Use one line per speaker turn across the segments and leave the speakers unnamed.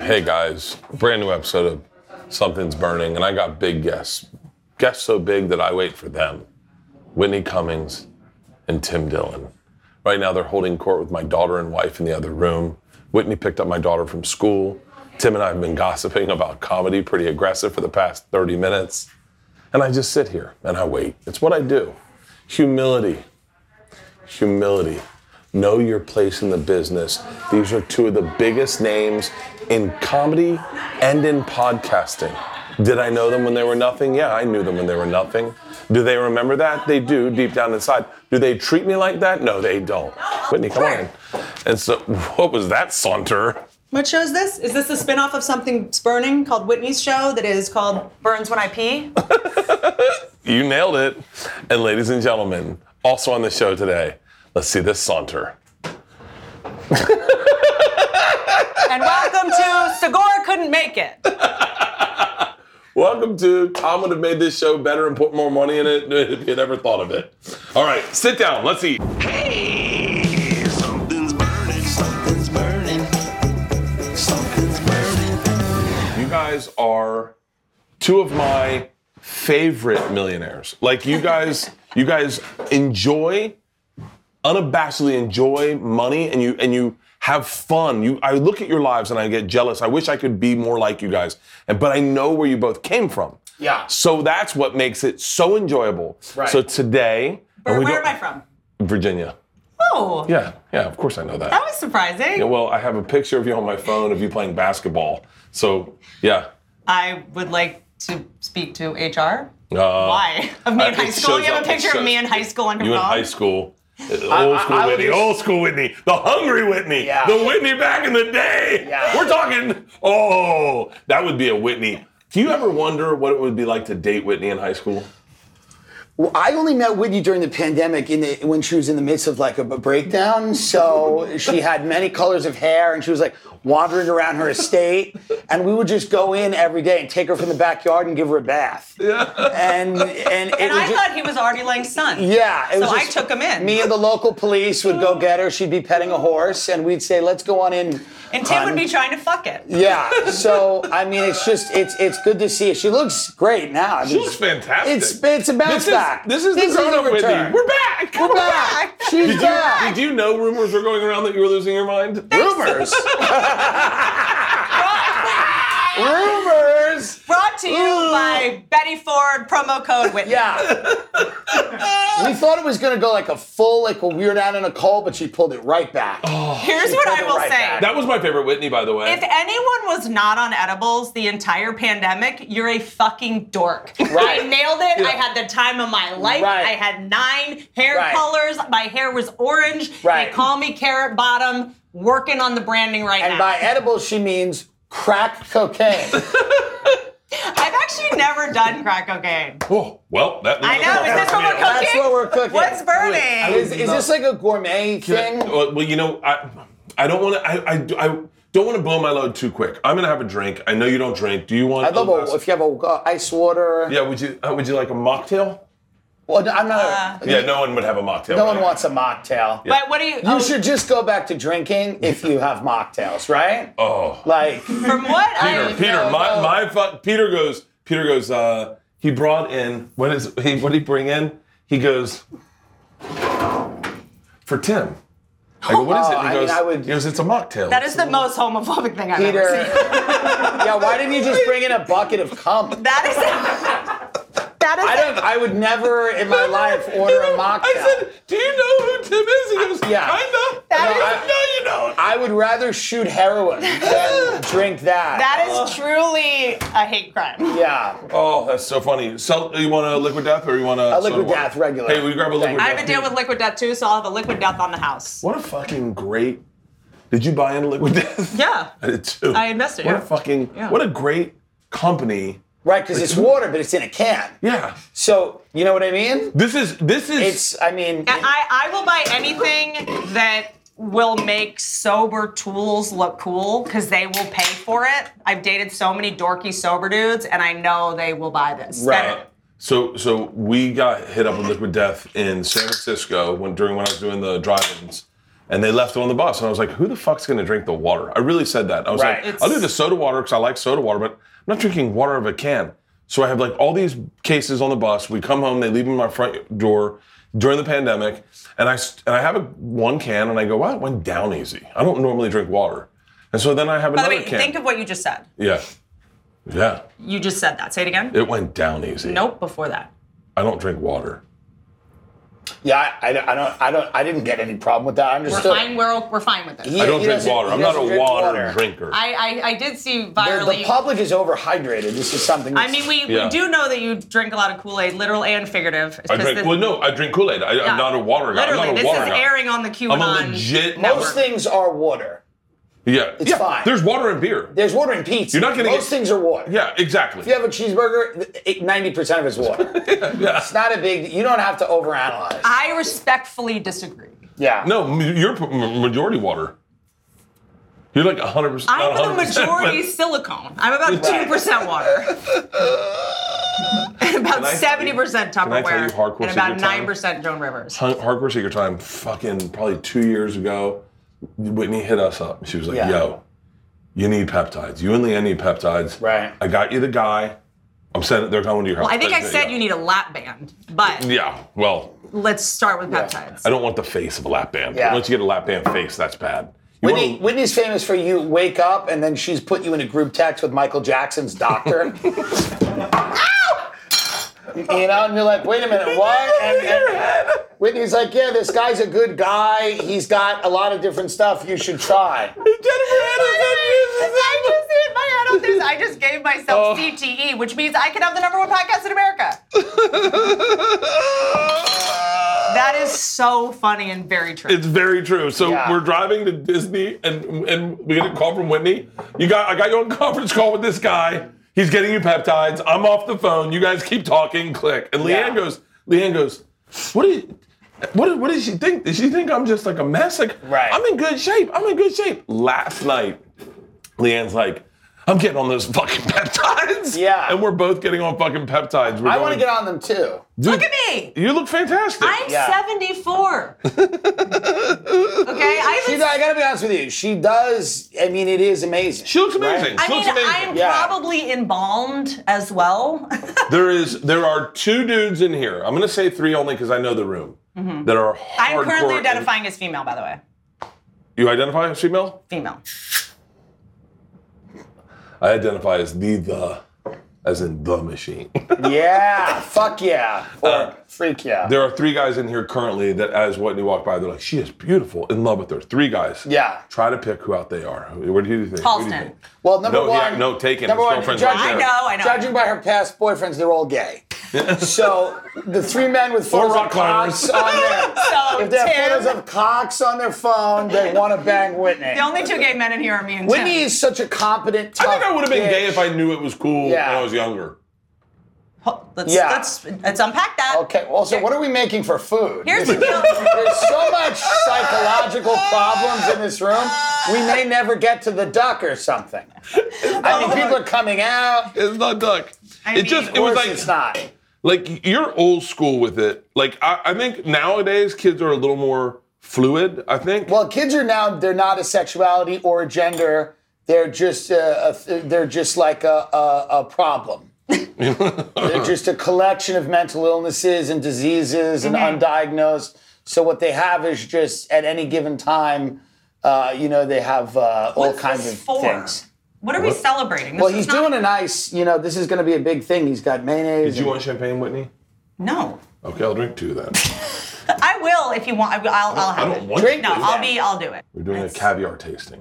Hey guys, brand new episode of Something's Burning, and I got big guests. Guests so big that I wait for them Whitney Cummings and Tim Dillon. Right now, they're holding court with my daughter and wife in the other room. Whitney picked up my daughter from school. Tim and I have been gossiping about comedy pretty aggressive for the past 30 minutes. And I just sit here and I wait. It's what I do. Humility. Humility. Know your place in the business. These are two of the biggest names in comedy and in podcasting. Did I know them when they were nothing? Yeah, I knew them when they were nothing. Do they remember that? They do, deep down inside. Do they treat me like that? No, they don't. Whitney, come on. in. And so, what was that saunter?
What show is this? Is this a spin-off of something's burning called Whitney's show that is called Burns When I Pee?
You nailed it. And ladies and gentlemen, also on the show today, let's see this saunter.
and welcome to Segura Couldn't Make It.
Oh, Welcome to Tom would have made this show better and put more money in it if he had ever thought of it. All right, sit down. Let's eat.
Hey, something's burning, something's burning, something's burning.
You guys are two of my favorite millionaires. Like you guys, you guys enjoy unabashedly enjoy money and you and you have fun. You I look at your lives and I get jealous. I wish I could be more like you guys. And but I know where you both came from.
Yeah.
So that's what makes it so enjoyable.
Right.
So today
Where,
and we
where
don't-
am I from?
Virginia.
Oh,
Yeah, yeah, of course I know that.
that was surprising.
Yeah, well, I have a picture of you on my phone of you playing basketball. So, yeah.
I would like to speak to HR.
Uh,
Why? Of me in
it
high school?
shows
You have
up-
a
it
picture of
shows-
me in high school on your
You in
phone?
high school. Old school
I- I would
Whitney,
just-
old school Whitney, the hungry Whitney,
Yeah.
the Whitney back in the day.
Yeah.
We're talking, oh, that would be a Whitney. Do you ever wonder what it would be like to date Whitney in high school?
Well, I only met Whitney during the pandemic in the, when she was in the midst of like a, b- breakdown. So she had many colors of hair and she was like wandering around her estate. And we would just go in every day and take her from the backyard and give her a bath. Yeah. And and, it
And
was
I
ju-
thought he was Artie Lang's son.
yeah, it
so I
just-
took him in.
Me and the local police would go get her. She'd be petting a horse, and we'd say, "Let's go on in."
and Tim would
hun."
be trying to fuck it.
Yeah. So I mean, it's just it's it's good to see. her. She looks great now. I mean,
She looks fantastic.
It's it's a bounce
this is,
back.
This is the
a
grown up Whitney.
return.
We're back.
We're back. She's
Did you,
back.
did you know rumors were going around that you were losing your mind?
Rumors. Rumors.
Brought to you
Ooh.
by Betty Ford, promo code Whitney.
Yeah. we thought it was gonna go like a full, like a weird out in a call, but she pulled it right back.
Here's what I
it
will
right
say.
back.
That was my favorite Whitney, by the way.
If anyone was not on edibles the entire pandemic, you're a fucking dork.
Right.
I nailed it. I
Yeah.
had the time of my life.
Right.
I had nine hair
Right.
colors. My hair was orange.
Right.
They call me Carrot Bottom. Working on the branding right
And
now.
by edibles, she means crack cocaine.
I've actually never done crack cocaine.
oh, well, that
I know, is this what we're cooking?
That's what we're cooking.
What's burning?
Is, is this like a gourmet thing?
Well, well, you know, I, I don't want to. I, I, I don't want to blow my load too quick. I'm gonna have a drink. I know you don't drink. Do you want?
I love
glass-
a, if you have a uh, ice water.
yeah. Would you? Uh, would you like a mocktail?
Well, no, I'm not. a,
Yeah. No one would have a mocktail.
no
right?
one wants a mocktail.
But what do you? oh,
You should just go back to drinking if you have mocktails, right?
Oh,
Like,
From what
Peter.
I
Peter.
no,
my
no.
my fu- Peter goes. Peter goes. Uh, he brought in. What is he? What did he bring in? He goes for Tim. I go. What is it? And
Oh, I
he
mean,
goes.
I would-
he goes. It's a mocktail.
that is the most homophobic thing I've
Peter.
ever seen.
yeah, why didn't you just bring in a bucket of cum?
That is. that is.
I don't. I would never in my life order a mocktail.
I said, "Do you know who Tim is?" He goes,
Yeah.
"Kinda."
That
And I
is-
go, no, you don't.
I would rather shoot heroin than drink that.
That is truly a hate crime.
yeah.
Oh, that's so funny. So, you want a liquid death or you want a,
A
soda
liquid
water?
death, regular.
Hey, we grab a liquid
I
I
death.
have a deal with liquid death too, so I'll have a liquid death on the house.
What a fucking great. Did you buy into liquid death?
Yeah.
I did too.
I invested,
What
yeah.
a fucking.
Yeah.
What a great company.
Right, because it's water, but it's in a can.
Yeah.
So you know what I mean?
This is this is.
It's. I mean.
I, I will buy anything that will make sober tools look cool because they will pay for it. I've dated so many dorky sober dudes and I know they will buy this.
Right.
So so we got hit up with liquid death in San Francisco when during when I was doing the drive-ins, And they left it on the bus. And I was like, who the fuck's going to drink the water? I really said that. I was
Right.
like,
It's-
I'll do the soda water because I like soda water, but I'm not drinking water of a can. So I have like all these cases on the bus. We come home, they leave them in my front door during the pandemic. And I, s- and I have a, one can and I go, wow, it went down easy. I don't normally drink water. And so then I have
By the
another
way,
can.
think of what you just said.
yeah. Yeah.
You just said that. Say it again.
It went down easy.
nope, before that.
I don't drink water.
Yeah, I, I don't- I don't, I don't, I didn't get any problem with that. I
We're
understood.
fine. We're, we're fine with this.
Yeah,
I don't
he
drink
doesn't-
water.
he
I'm not a
doesn't drink
water,
water.
drinker.
I, I, I did see
The,
virally.
the public is overhydrated. This is something.
I mean, we,
Yeah.
we do know that you drink a lot of Kool Aid, literal and figurative.
I
'cause
drink.
this-
well, no, I drink Kool Aid.
yeah.
I'm not a water guy.
Literally,
I'm not a
this
water
is
guy.
airing on the QAnon.
I'm a legit.
network.
most things are water.
yeah,
It's
yeah.
fine.
There's water and beer.
There's water in pizza.
You're not gonna
Most
get-
things are water.
Yeah, exactly.
If you have a cheeseburger, ninety percent of it's water. It's not a big. You don't have to overanalyze.
I respectfully disagree.
yeah.
No, m- you're p- m- majority water. You're like 100. percent
I'm the majority silicone. I'm about two percent water. and
I
about
tell you-
seventy percent
can I
Tupperware.
tell you hardcore
and about
secret time?
nine percent Joan Rivers.
Hardcore Secret Time. Fucking probably two years ago, Whitney hit us up. She was like,
Yeah.
"Yo, you need peptides. You and Leanne need peptides.
Right.
I got you the guy. I'm sending. They're coming to your house.
Well, I think I
Yeah.
said you need a lap band, but
Yeah. Well,
let's start with
Yeah.
peptides.
I don't want the face of a lap band.
Yeah.
Once you get a lap band face, that's bad. You
Whitney,
wanna-
Whitney's famous for you wake up and then she's put you in a group text with Michael Jackson's doctor. you know, and you're like, wait a minute, what? And, and Whitney's like, yeah, this guy's a good guy. He's got a lot of different stuff you should try.
I just hit my head on this. I just gave
Oh.
myself CTE, which means I could have the number one podcast in America. that is so funny and very true.
It's very true. So
Yeah.
we're driving to Disney, and and we get a call from Whitney. You got I got you on conference call with this guy. He's getting you peptides. I'm off the phone. You guys keep talking. Click. And Leanne
Yeah.
goes. Leanne goes. What do you? What, did- what does she think? Does she think I'm just like a mess? Like,
Right.
I'm in good shape. I'm in good shape. Last night, Leanne's like, I'm getting on those fucking peptides.
Yeah.
And we're both getting on fucking peptides. We're
I want
going-
to get on them too.
Look at me.
You look fantastic.
I'm
Yeah.
74. okay, I
She,
haven't.
I gotta be honest with you. She does. I mean, it is amazing.
she looks
right?
amazing.
I
she
mean,
looks amazing.
I'm
Yeah.
probably embalmed as well.
There is there are two dudes in here. I'm gonna say three only because I know the room. That are hardcore.
Mm-hmm. I'm currently identifying as female, by the way.
You identify as female?
Female.
I identify as the the, as in the machine.
Yeah. Fuck yeah. Or
Uh,
freak yeah.
there are three guys in here currently that, as Whitney walked by, they're like, "She is beautiful, in love with her." Three guys.
Yeah.
Try to pick who out they are. What do you think? Who do you
Halston.
think?
Well, number
No, yeah,
one,
no, taken.
Number
His
one,
girlfriend's
judging,
right there.
I know, I know.
Judging by her past boyfriends, they're all gay. so the three men with photos
rock
of cocks
climbers.
on their
So,
if they have
Tim,
photos of cocks on their phone, they want to bang Whitney.
the only two gay men in here are me and Tim.
Whitney is such a competent.
I
tough
think I would have been gay
bitch.
if I knew it was cool
Yeah.
when I was younger.
Ho- Let's,
Yeah.
let's, let's unpack that.
Okay. Also, what are we making for food?
Here's the
This-
deal.
There's so much psychological problems in this room. We may never get to the duck or something. I mean, people are coming out. Of
It's not duck.
I
it
mean-
just it was
course,
like
it's not.
like you're old school with it. Like I, I think nowadays kids are a little more fluid. I think.
Well, kids are now they're not a sexuality or a gender. They're just uh, a, they're just like a, a, a problem. they're just a collection of mental illnesses and diseases and
Mm-hmm.
undiagnosed. So what they have is just at any given time, uh, you know, they have uh, all
What's
kinds
this
of
for?
things.
What are we celebrating?
Well, he's doing a nice, you know, this is going to be a big thing. He's got mayonnaise.
Did you
and-
want champagne, Whitney?
No.
Okay, I'll drink two then.
I will if you want. I will- I'll, I'll
I
have
don't
it.
want
Drink
no,
to.
I'll be. I'll do it.
We're doing a caviar tasting,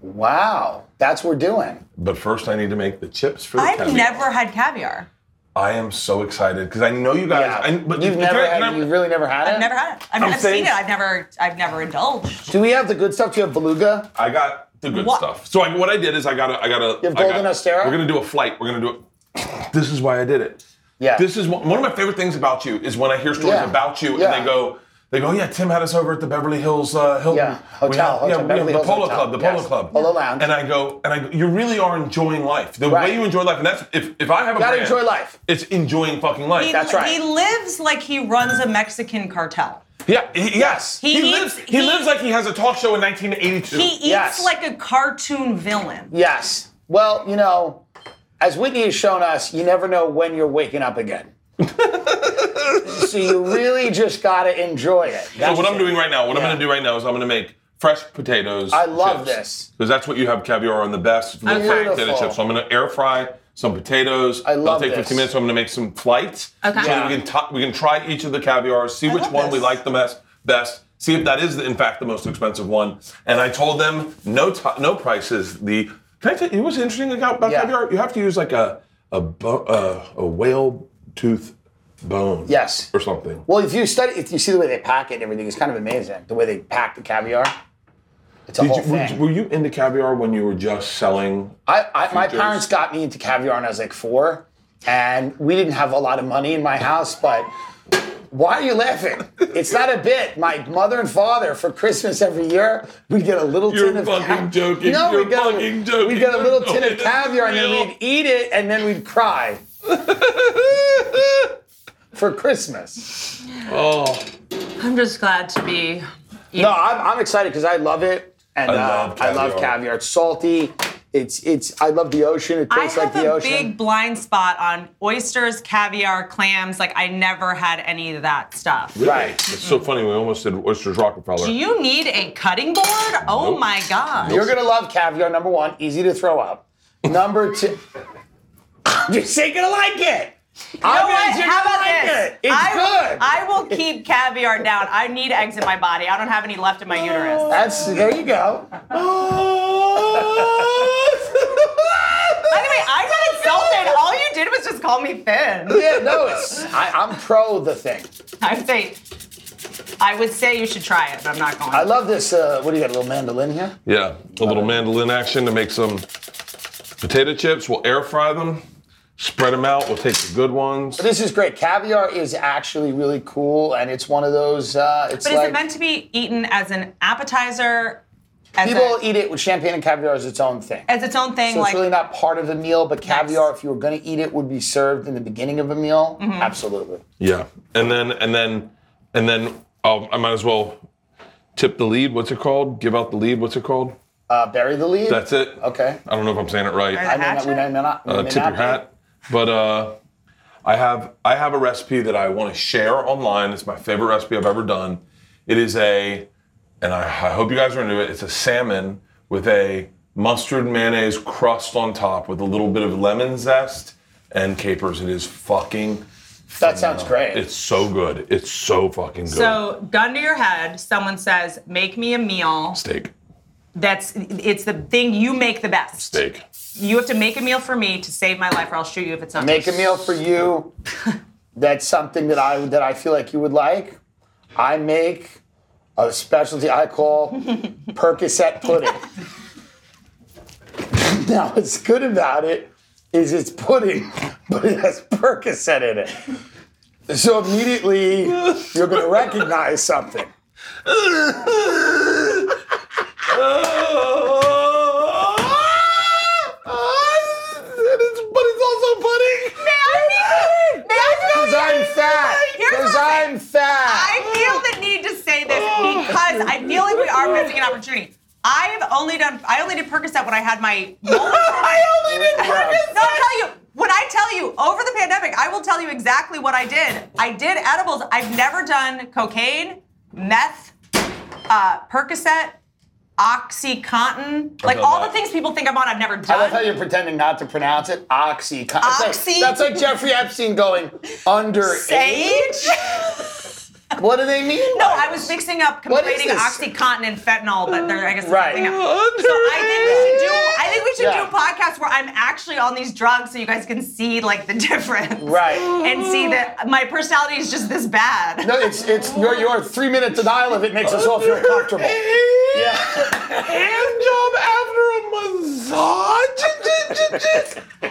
wow, that's what we're doing.
but first I need to make the chips for the
I've
caviar.
never had caviar.
I am so excited because I know you guys.
Yeah.
I, but
you've
can
never
I-
had,
can I-
you've really never had it.
I've never had it. I've,
I'm
I've seen
saying-
it. I've never. I've never indulged.
Do we have the good stuff? Do you have beluga?
I got the good
What?
stuff. So I, what I did is I got a. I got a.
You have
I
golden
got-
Ostera?
We're gonna do a flight. We're gonna do it. This is why I did it.
Yeah.
This is one, one of my favorite things about you is when I hear stories
Yeah.
about you
Yeah.
and they go, they go, yeah, Tim had us over at the Beverly Hills uh, Hilton.
Yeah. Hotel,
We had-
hotel,
yeah, we
Beverly
had
Hills
the Polo
Hotel.
Club, the
Yes.
Polo Club.
Polo Lounge.
And I go, and I go, you really are enjoying life. The
Right.
way you enjoy life, and that's if, if I have a
Gotta
brand,
enjoy life.
It's enjoying fucking life.
He,
That's right.
He lives like he runs a Mexican cartel.
Yeah, he, yes.
He
He,
eats-
lives. He,
he-
lives like he has a talk show in 1982.
He eats
Yes.
like a cartoon villain.
Yes. Well, you know, as Whitney has shown us, you never know when you're waking up again. so you really just gotta enjoy it.
so
That's
what I'm
it.
doing right now, what I'm
Yeah.
going to do right now is I'm going to make fresh potatoes.
I love this.
because that's what you have caviar on the best for the
Okay.
fried potato
Beautiful.
chips. So I'm going to air fry some potatoes.
I
That'll
love
take
this.
15 minutes. So I'm going to make some flights.
Okay.
So that we
Yeah.
can t- we can try each of the caviars, see which
love
one we
this.
like the best. Best. See if that is in fact the most expensive one. And I told them no t- no prices. The can I tell you what's interesting about about
Yeah.
caviar? You have to use like a a bo- uh, a whale tooth bone.
Yes.
Or something.
Well, if you study, if you see the way they pack it and everything, it's kind of amazing. The way they pack the caviar, it's a
Did
whole
you, were,
thing.
were you into caviar when you were just selling?
I, I, my
Futures.
parents got me into caviar when I was like four, and we didn't have a lot of money in my house, but why are you laughing? It's not a bit. My mother and father, for Christmas every year, we'd get a little
You're
tin of
fucking joking.
No,
You're
we got
fucking
a,
joking.
We'd get a little
No,
tin
it
of
is
caviar, and
real.
then we'd eat it, and then we'd cry for Christmas.
oh,
I'm just glad to be.
No, I'm, I'm excited because I love it, and
I
I
love
love, uh, I love
caviar.
caviar. It's salty. It's it's. I love the ocean. It
I
tastes
have
like the
a
ocean.
big blind spot on oysters, caviar, clams. Like I never had any of that stuff.
right.
it's so funny. We almost did oysters Rockefeller.
Do you need a cutting board? Oh
Nope.
my god.
You're gonna love caviar. Number one, easy to throw up. Number two, you're saying gonna like it.
You
I
know what?
bet you're
How
gonna
about
like
this?
it. It's
I, Will,
good.
I will keep caviar down. I need eggs in my body. I don't have any left in my uterus.
That's there you go.
By the way, I got insulted. All you did was just call me thin.
Yeah, no, it's I, I'm pro the thing.
I say, I would say you should try it, but I'm not going.
I love this. Uh, what do you got? A little mandolin here.
yeah, a little mandolin action to make some potato chips. We'll air fry them, spread them out. We'll take the good ones.
This is great. Caviar is actually really cool, and it's one of those. Uh, it's
but
like
is it meant to be eaten as an appetizer? As
people
a,
eat it with champagne and caviar as its own thing.
as its own thing,
so it's
like
really not part of the meal, but caviar, if you were going to eat it, would be served in the beginning of a meal.
Mm-hmm.
Absolutely.
Yeah, and then and then and then I'll, I might as well tip the lead. What's it called? Give out the lead. What's it called?
Uh, bury the lead.
That's it.
Okay.
I don't know if I'm saying it right.
I may not, we may
Hatchet?
not, we
uh,
may
tip your
not be-
hat. But uh, I have I have a recipe that I want to share online. It's my favorite recipe I've ever done. It is a, and I, I hope you guys are into it. It's a salmon with a mustard mayonnaise crust on top with a little bit of lemon zest and capers. It is fucking.
That sounds great.
It's so good. It's so fucking good.
so gun to your head. Someone says, "Make me a meal."
steak,
That's it's the thing you make the best.
steak.
You have to make a meal for me to save my life, or I'll shoot you if it's not.
Make a meal for you. That's something that I that I feel like you would like. I make a specialty I call Percocet pudding. now, what's good about it is it's pudding, but it has Percocet in it. So immediately you're going to recognize something.
but it's also pudding.
Because I'm fat.
Here's
Because
what I-
I'm fat.
I feel the need to say this because I feel like we are missing an opportunity. I have only done. I only did Percocet when I had my. I only did
Percocet.
No, I'll tell you. When I tell you over the pandemic, I will tell you exactly what I did. I did edibles. I've never done cocaine, meth, uh, Percocet, OxyContin, like
done
all
that.
the things people think I'm on. I've never
I love how
done.
you're pretending not to pronounce it. Oxy. It's like-
Oxy.
that's like Jeffrey Epstein going under
Sage.
What do they mean?
No,
by
I
this?
was mixing up
What
conflating
is this?
OxyContin and fentanyl, but they're I guess it's
Right.
something else. So I think we should do I think we should
Yeah.
do podcasts where I'm actually on these drugs so you guys can see like the difference.
Right.
And see that my personality is just this bad.
No, it's it's your your three minute denial of it makes us all feel comfortable. Yeah.
Hand job after a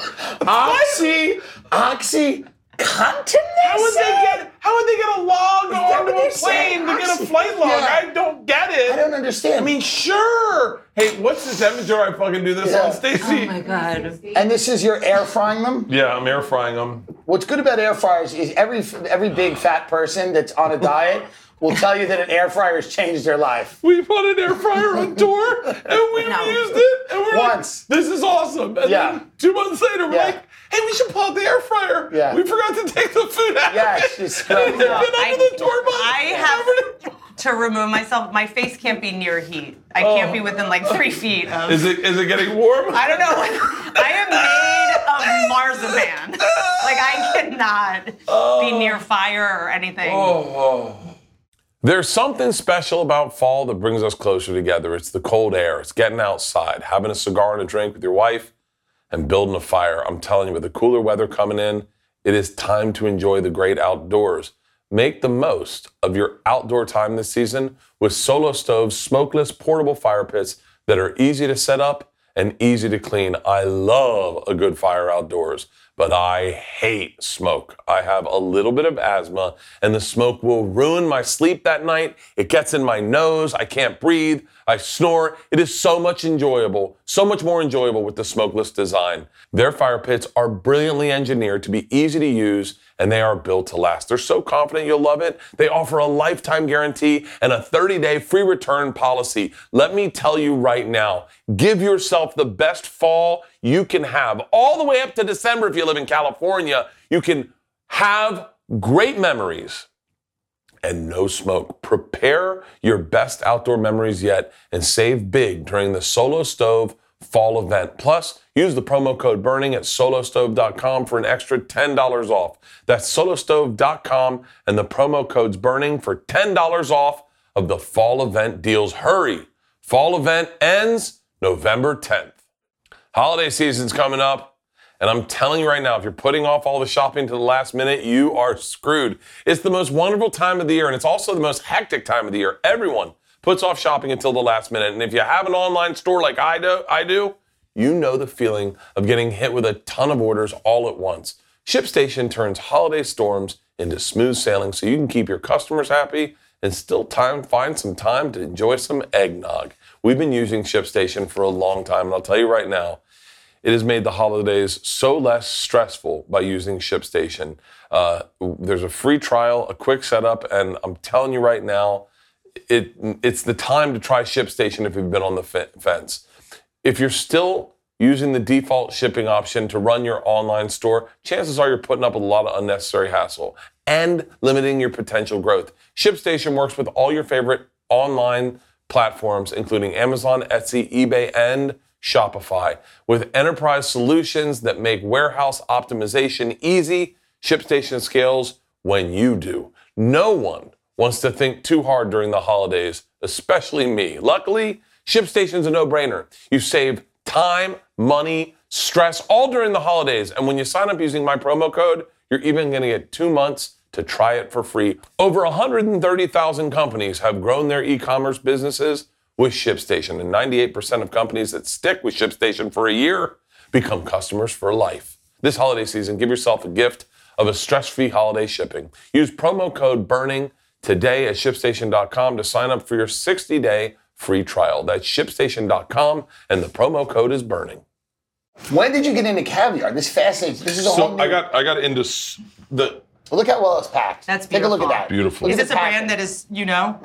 massage?
Oxy, oxy,
How would
Continental.
they get? How would they get a log
that
onto
what
a
they said?
plane to get a
Oxy-
flight log?
Yeah.
I don't get it.
I don't understand.
I mean, sure. Hey, what's this amateur? I fucking do this
Yeah.
on
Oh
Stacy.
Oh
God.
and this is your air frying them.
yeah, I'm air frying them.
What's good about air fryers is every every big fat person that's on a diet will tell you that an air fryer has changed their life.
We put an air fryer on tour, and we
No.
used it, and we're
Once.
like, "This is awesome." And
Yeah.
then two months later, we're
Yeah.
like, "Hey, we should pull out the air fryer.
Yeah.
We forgot to take the food out."
Yeah,
of it.
she's
And
screwed
it's been
up.
under
I-
the tour bus.
I have- To remove myself, my face can't be near heat. I
Oh.
can't be within like three feet of.
Is it is it getting warm?
I don't know. I am made of marzipan. Like I cannot be
Oh.
near fire or anything.
There's something special about fall that brings us closer together. It's the cold air, it's getting outside, having a cigar and a drink with your wife, and building a fire. I'm telling you, with the cooler weather coming in, it is time to enjoy the great outdoors. Make the most of your outdoor time this season with solo stoves, smokeless, portable fire pits that are easy to set up and easy to clean. I love a good fire outdoors, but I hate smoke. I have a little bit of asthma, and the smoke will ruin my sleep that night. It gets in my nose. I can't breathe. I snore. It is so much enjoyable, so much more enjoyable with the smokeless design. Their fire pits are brilliantly engineered to be easy to use and they are built to last. They're so confident you'll love it. They offer a lifetime guarantee and a 30 day free return policy. Let me tell you right now give yourself the best fall you can have, all the way up to December if you live in California. You can have great memories and no smoke. Prepare your best outdoor memories yet and save big during the Solo Stove fall event. Plus, use the promo code burning at solostove.com for an extra $10 off. That's solostove.com and the promo code's burning for $10 off of the fall event deals. Hurry! Fall event ends November 10th. Holiday season's coming up. And I'm telling you right now, if you're putting off all the shopping to the last minute, you are screwed. It's the most wonderful time of the year, and it's also the most hectic time of the year. Everyone puts off shopping until the last minute. And if you have an online store like I do, I do, you know the feeling of getting hit with a ton of orders all at once. ShipStation turns holiday storms into smooth sailing so you can keep your customers happy and still time find some time to enjoy some eggnog. We've been using ShipStation for a long time, and I'll tell you right now, it has made the holidays so less stressful by using ShipStation. Uh, there's a free trial, a quick setup, and I'm telling you right now, it it's the time to try ShipStation if you've been on the fe- fence. If you're still using the default shipping option to run your online store, chances are you're putting up with a lot of unnecessary hassle and limiting your potential growth. ShipStation works with all your favorite online platforms, including Amazon, Etsy, eBay, and Shopify. With enterprise solutions that make warehouse optimization easy, ShipStation scales when you do. No one wants to think too hard during the holidays, especially me. Luckily, ShipStation's a no-brainer. You save time, money, stress all during the holidays. And when you sign up using my promo code, you're even going to get two months to try it for free. Over 130,000 companies have grown their e-commerce businesses with ShipStation, and 98% of companies that stick with ShipStation for a year become customers for life. This holiday season, give yourself a gift of a stress-free holiday shipping. Use promo code BURNING today at shipstation.com to sign up for your 60-day free trial. That's shipstation.com and the promo code is burning.
When did you get into caviar? This fascinates. This is a whole
So
new.
I got I got into s- the
look how well it's packed.
That's
Take a look at
beautiful.
that.
Beautiful.
Look
Is
at
this
the
a brand
packaging.
that is you know?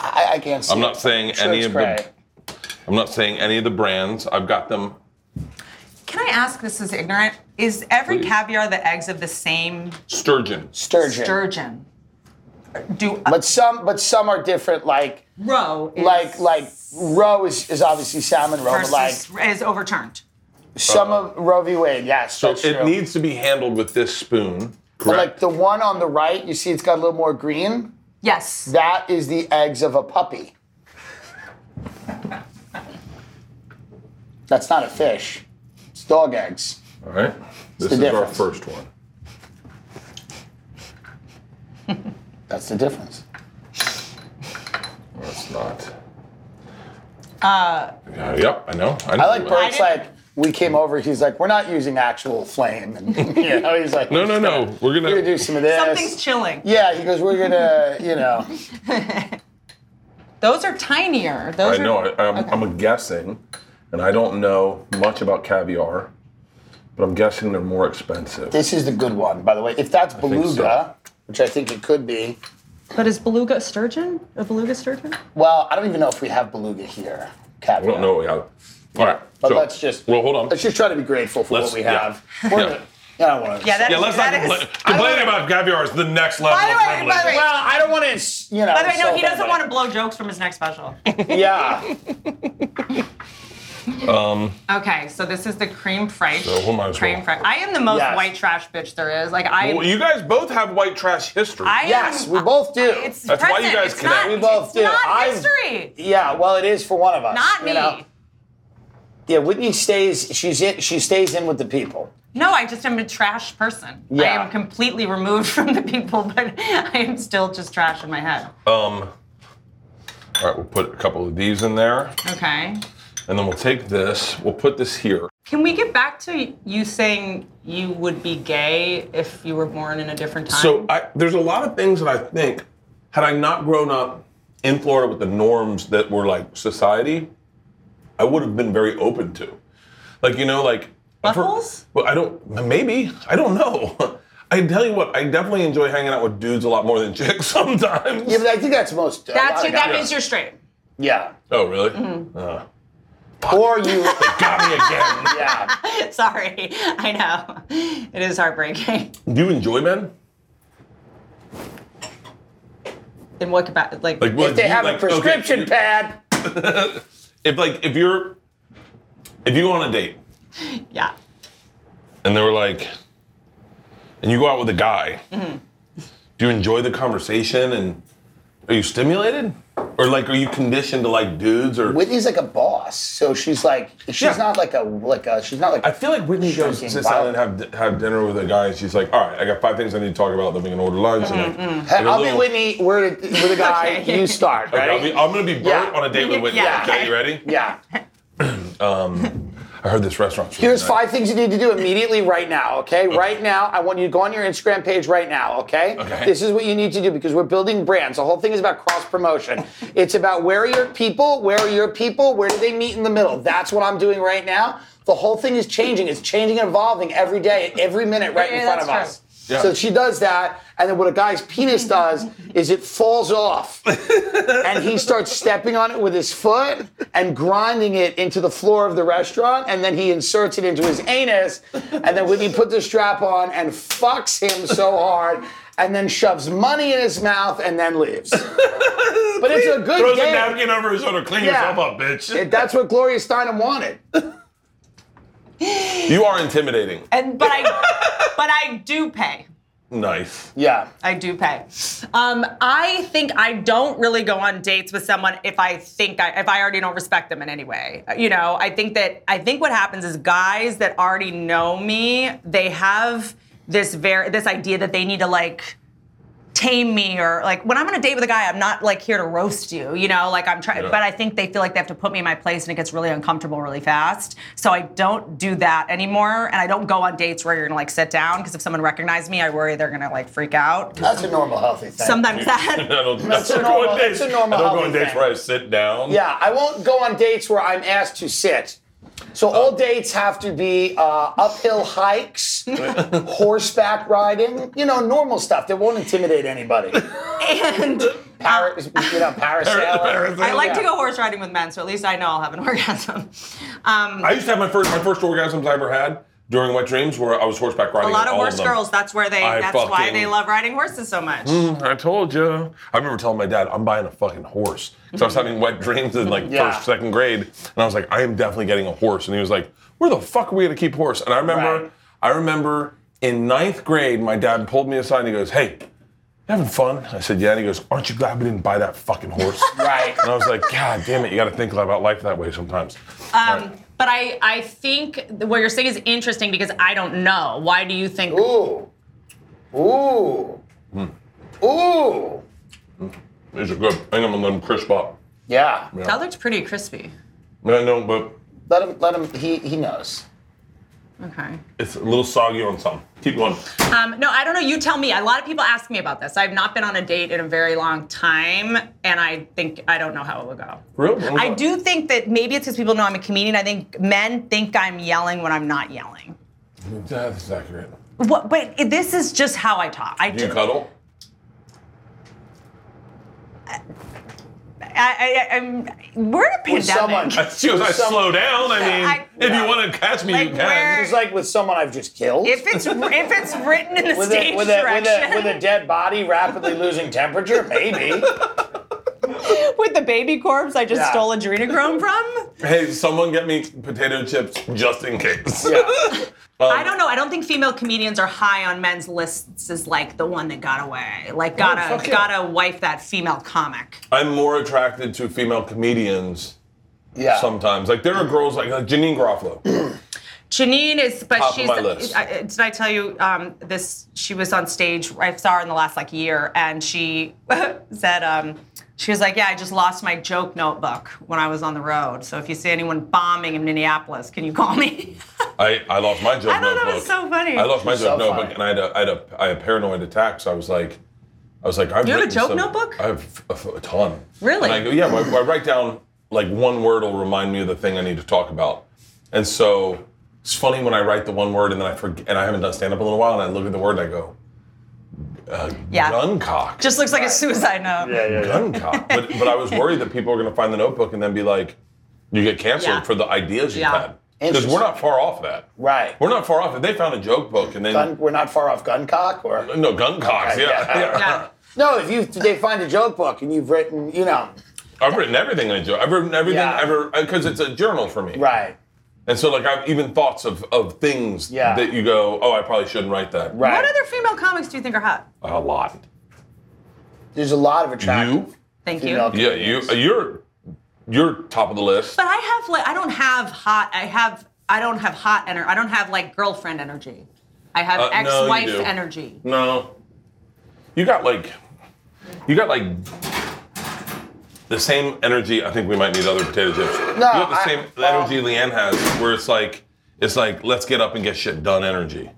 I, I can't see.
I'm
it.
not saying
Sure
any
it's
of
gray.
the I'm not saying any of the brands. I've got them.
Can I ask? This is ignorant. Is every
Please.
caviar the eggs of the same
Sturgeon.
sturgeon.
sturgeon? Do
uh,
But some, but some are different. Like,
row is
like, like roe is, is obviously salmon roe, but like
versus is overturned?
some of Roe v. Wade. Yes,
So
that's
it
true.
needs to be handled with this spoon.
But,
Correct.
like the one on the right, you see it's got a little more green.
Yes.
That is the eggs of a puppy. That's not a fish. It's dog eggs.
All right. This
the
is our
difference.
first one.
That's the difference.
Or it's not. Uh, yep. I know. I, know.
I like
I
Bert's
didn't-
like we came over, he's like, we're not using actual flame. And, you know, he's like,
No, no, no. We're gonna-
we're gonna do some of this.
Something's chilling.
Yeah, he goes, we're gonna, you know.
Those are tinier. Those
I know.
Are,
I, I'm, I'm guessing, and I don't know much about caviar, but I'm guessing they're more expensive.
This is the good one, by the way. If that's
think so.
beluga, which I think it could be,
but is beluga a sturgeon? A beluga sturgeon?
well, I don't even know if we have beluga here.
I
Caviar.
don't know what we have. All right.
But
so-
let's just
Well, hold on.
Let's just try to be grateful for
Let's-
what we
yeah.
have. We're
Yeah.
gonna- I don't want to.
Yeah, that
yeah,
is-
let's not
that is-
compla-
I don't
complaining
wanna-
about caviar is the next level.
By the
of
way,
privilege.
by the way-
well, I don't want to. You know.
By the way, no, he doesn't want to blow jokes from his next special.
to. Yeah.
Okay, so this is the cream fried.
So who might as
cream
well?
fried. I am the most
Yes.
white trash bitch there is. Like I.
Well, you guys both have white trash history.
I
Yes,
am,
we both do.
It's
That's why you
present.
guys
it's
connect.
Not,
We
both
it's
do.
Not
I've-
history.
yeah. Well, it is for one of us.
Not
you
me.
know? Yeah, Whitney stays. She's in. She stays in with the people.
No, I just am a trash person. I
Yeah.
am completely removed from the people, but I am still just trash in my head.
um. All right, we'll put a couple of these in there,
Okay.
and then we'll take this. We'll put this here.
Can we get back to you saying you would be gay if you were born in a different time?
So I, there's a lot of things that I think, had I not grown up in Florida with the norms that were like society, I would have been very open to. Like you know, like I've heard-
Buttholes?
Well, I don't. Maybe I don't know. I tell you what, I definitely enjoy hanging out with dudes a lot more than chicks sometimes.
Yeah, but I think that's most. a
That's
lot
your,
of
that
guys-
means you're straight.
Yeah.
Oh really?
Mm-hmm. Or you.
Got me again.
yeah.
Sorry, I know. It is heartbreaking.
Do you enjoy men?
In what about like,
Like
If they have a prescription
pack.
pad.
if like if you're if you go on a date
yeah.
and they were like, and you go out with a guy,
Mm-hmm.
do you enjoy the conversation and are you stimulated? Or like, are you conditioned to like dudes or?
Whitney's like a boss, so she's like she's
Yeah.
not like a like a she's not like.
I feel like Whitney goes
Joking,
sits down
wow.
and have have dinner with a guy and she's like, all right, I got five things I need to talk about. Then we can order lunch. and like,
Mm-hmm. Hey,
you're a
I'll be
little-
Whitney. We're with a guy.
Okay.
You start.
Okay,
Right.
I'll be, I'm gonna be Bert
Yeah.
on a date with Whitney.
Yeah,
okay,
okay.
you ready?
yeah.
I heard this restaurant.
Here's five things you need to do immediately right now, okay? Right now, I want you to go on your Instagram page right now, okay?
Okay.
This is what you need to do because we're building brands. The whole thing is about cross promotion. it's about where are your people, where are your people, where do they meet in the middle? That's what I'm doing right now. The whole thing is changing. It's changing and evolving every day, every minute, right in
Yeah,
front of
that's true.
us.
Yeah.
So she does that, and then what a guy's penis does is it falls off and he starts stepping on it with his foot and grinding it into the floor of the restaurant, and then he inserts it into his anus, and then Whitney puts a strap on and fucks him so hard, and then shoves money in his mouth and then leaves. But it's a good
Throws a
game.
napkin over his shoulder. Clean
Yeah.
yourself up, bitch.
It- That's what Gloria Steinem wanted.
you are intimidating.
And but I but I do pay.
Nice.
Yeah.
I do pay. Um, I think I don't really go on dates with someone if I think I, if I already don't respect them in any way. You know, I think that I think what happens is guys that already know me, they have this very this idea that they need to like tame me or like when I'm on a date with a guy, I'm not like here to roast you, you know, like I'm trying,
Yeah.
but I think they feel like they have to put me in my place and it gets really uncomfortable really fast. So I don't do that anymore. And I don't go on dates where you're gonna like sit down because if someone recognizes me, I worry they're gonna like freak out.
That's a normal, healthy thing.
Sometimes
I
that.
don't, that's I
a
don't go
normal-
on dates.
that's a normal
I don't go
hobby
on dates
thing.
where I sit down.
Yeah, I won't go on dates where I'm asked to sit. So all dates have to be uh, uphill hikes, horseback riding, you know, normal stuff that won't intimidate anybody.
and
Para, you know, parasailing.
I like to
Yeah.
go horse riding with men, so at least I know I'll have an orgasm. Um,
I used to have my first my first orgasms I ever had during wet dreams where I was horseback riding.
a lot
on
of
all
horse
them.
girls, that's where they,
I
that's why they
fucking- Mm.
love riding horses so much.
I told you. I remember telling my dad, I'm buying a fucking horse. So I was having wet dreams in like
Yeah.
first, second grade, and I was like, I am definitely getting a horse. And he was like, Where the fuck are we gonna keep horse? And I remember,
Right.
I remember in ninth grade, my dad pulled me aside and he goes, Hey, you having fun? I said, Yeah. And he goes, Aren't you glad we didn't buy that fucking horse?
Right.
And I was like, God damn it, you gotta think about life that way sometimes.
Um, but I, I think th- what you're saying is interesting because I don't know. Why do you think?
Ooh. Ooh. Ooh.
These are good. I think I'm gonna let them crisp up.
Yeah.
That looked pretty crispy.
I know, but
Let him. Let him. He he knows.
Okay.
It's a little soggy on some. Keep going.
Um, no, I don't know. You tell me. A lot of people ask me about this. I've not been on a date in a very long time, and I think I don't know how it will go.
Really?
I do think that maybe it's because people know I'm a comedian. I think men think I'm yelling when I'm not yelling.
That's accurate.
What, but it- this is just how I talk. I
Do you
do.
cuddle?
I, I, I'm, we're in a pandemic.
With someone.
She goes, I slow down. I mean,
I-
if
yeah.
you want to catch me,
Like,
you can.
where-
It's like with someone I've just killed.
If it's if it's written in the
with
stage
a, with, a, with,
direction
a, with a dead body rapidly losing temperature, maybe.
with the baby corpse I just
Yeah.
stole adrenochrome from,
Hey, someone get me potato chips just in case. Um,
Yeah.
I don't know. I don't think female comedians are high on men's lists as like the one that got away.
Oh,
Like gotta
fuck yeah.
gotta wife that female comic.
I'm more attracted to female comedians
Yeah.
sometimes. Like there are girls like, like Janine Garofalo.
Janine is, but
Top of
she's.
my list.
I, I- did I tell you um, this? She was on stage. I saw her in the last like year, and she said um, she was like, "Yeah, I just lost my joke notebook when I was on the road. So if you see anyone bombing in Minneapolis, can you call me?"
I, I lost my joke
I thought
notebook.
that was so funny.
I lost my
She's
joke
so
notebook,
funny.
and I had a I had a I had a paranoid attack. So I was like, I was like, I've
You have a
written
joke
some-
notebook?
I have a, a ton.
Really?
And I go, yeah. I, I write down like one word will remind me of the thing I need to talk about, and so it's funny when I write the one word and then I forget, and I haven't done stand up in a little while, and I look at the word and I go, uh,
Yeah.
guncock,
Just looks like a suicide note.
guncock. but but I was worried that people were going to find the notebook and then be like, you get canceled
Yeah.
for the ideas you
Yeah.
had because we're not far off that.
Right.
We're not far off. If they found a joke book and then
Gun, we're not far off guncock or
no, gun cocks. Yeah.
yeah.
yeah.
Yeah.
no if you if they find a joke book and you've written you know
I've written everything in a joke. I've written everything
Yeah.
ever because it's a journal for me.
right
And so, like, I've even thoughts of of things
Yeah.
that you go, oh, I probably shouldn't write that.
right
What other female comics do you think are hot?
A lot.
there's a lot of attractive
You?
Thank you.
female
Yeah. You. You're. You're top of the list.
But I have like I don't have hot. I have I don't have hot energy. I don't have like girlfriend energy. I have
Uh, no, you
ex-wife
do.
energy.
No. You got like. You got like. The same energy. I think we might need other potato chips. No, you got the
I-
same
well-
energy Leanne has, where it's like, it's like, let's get up and get shit done. Energy.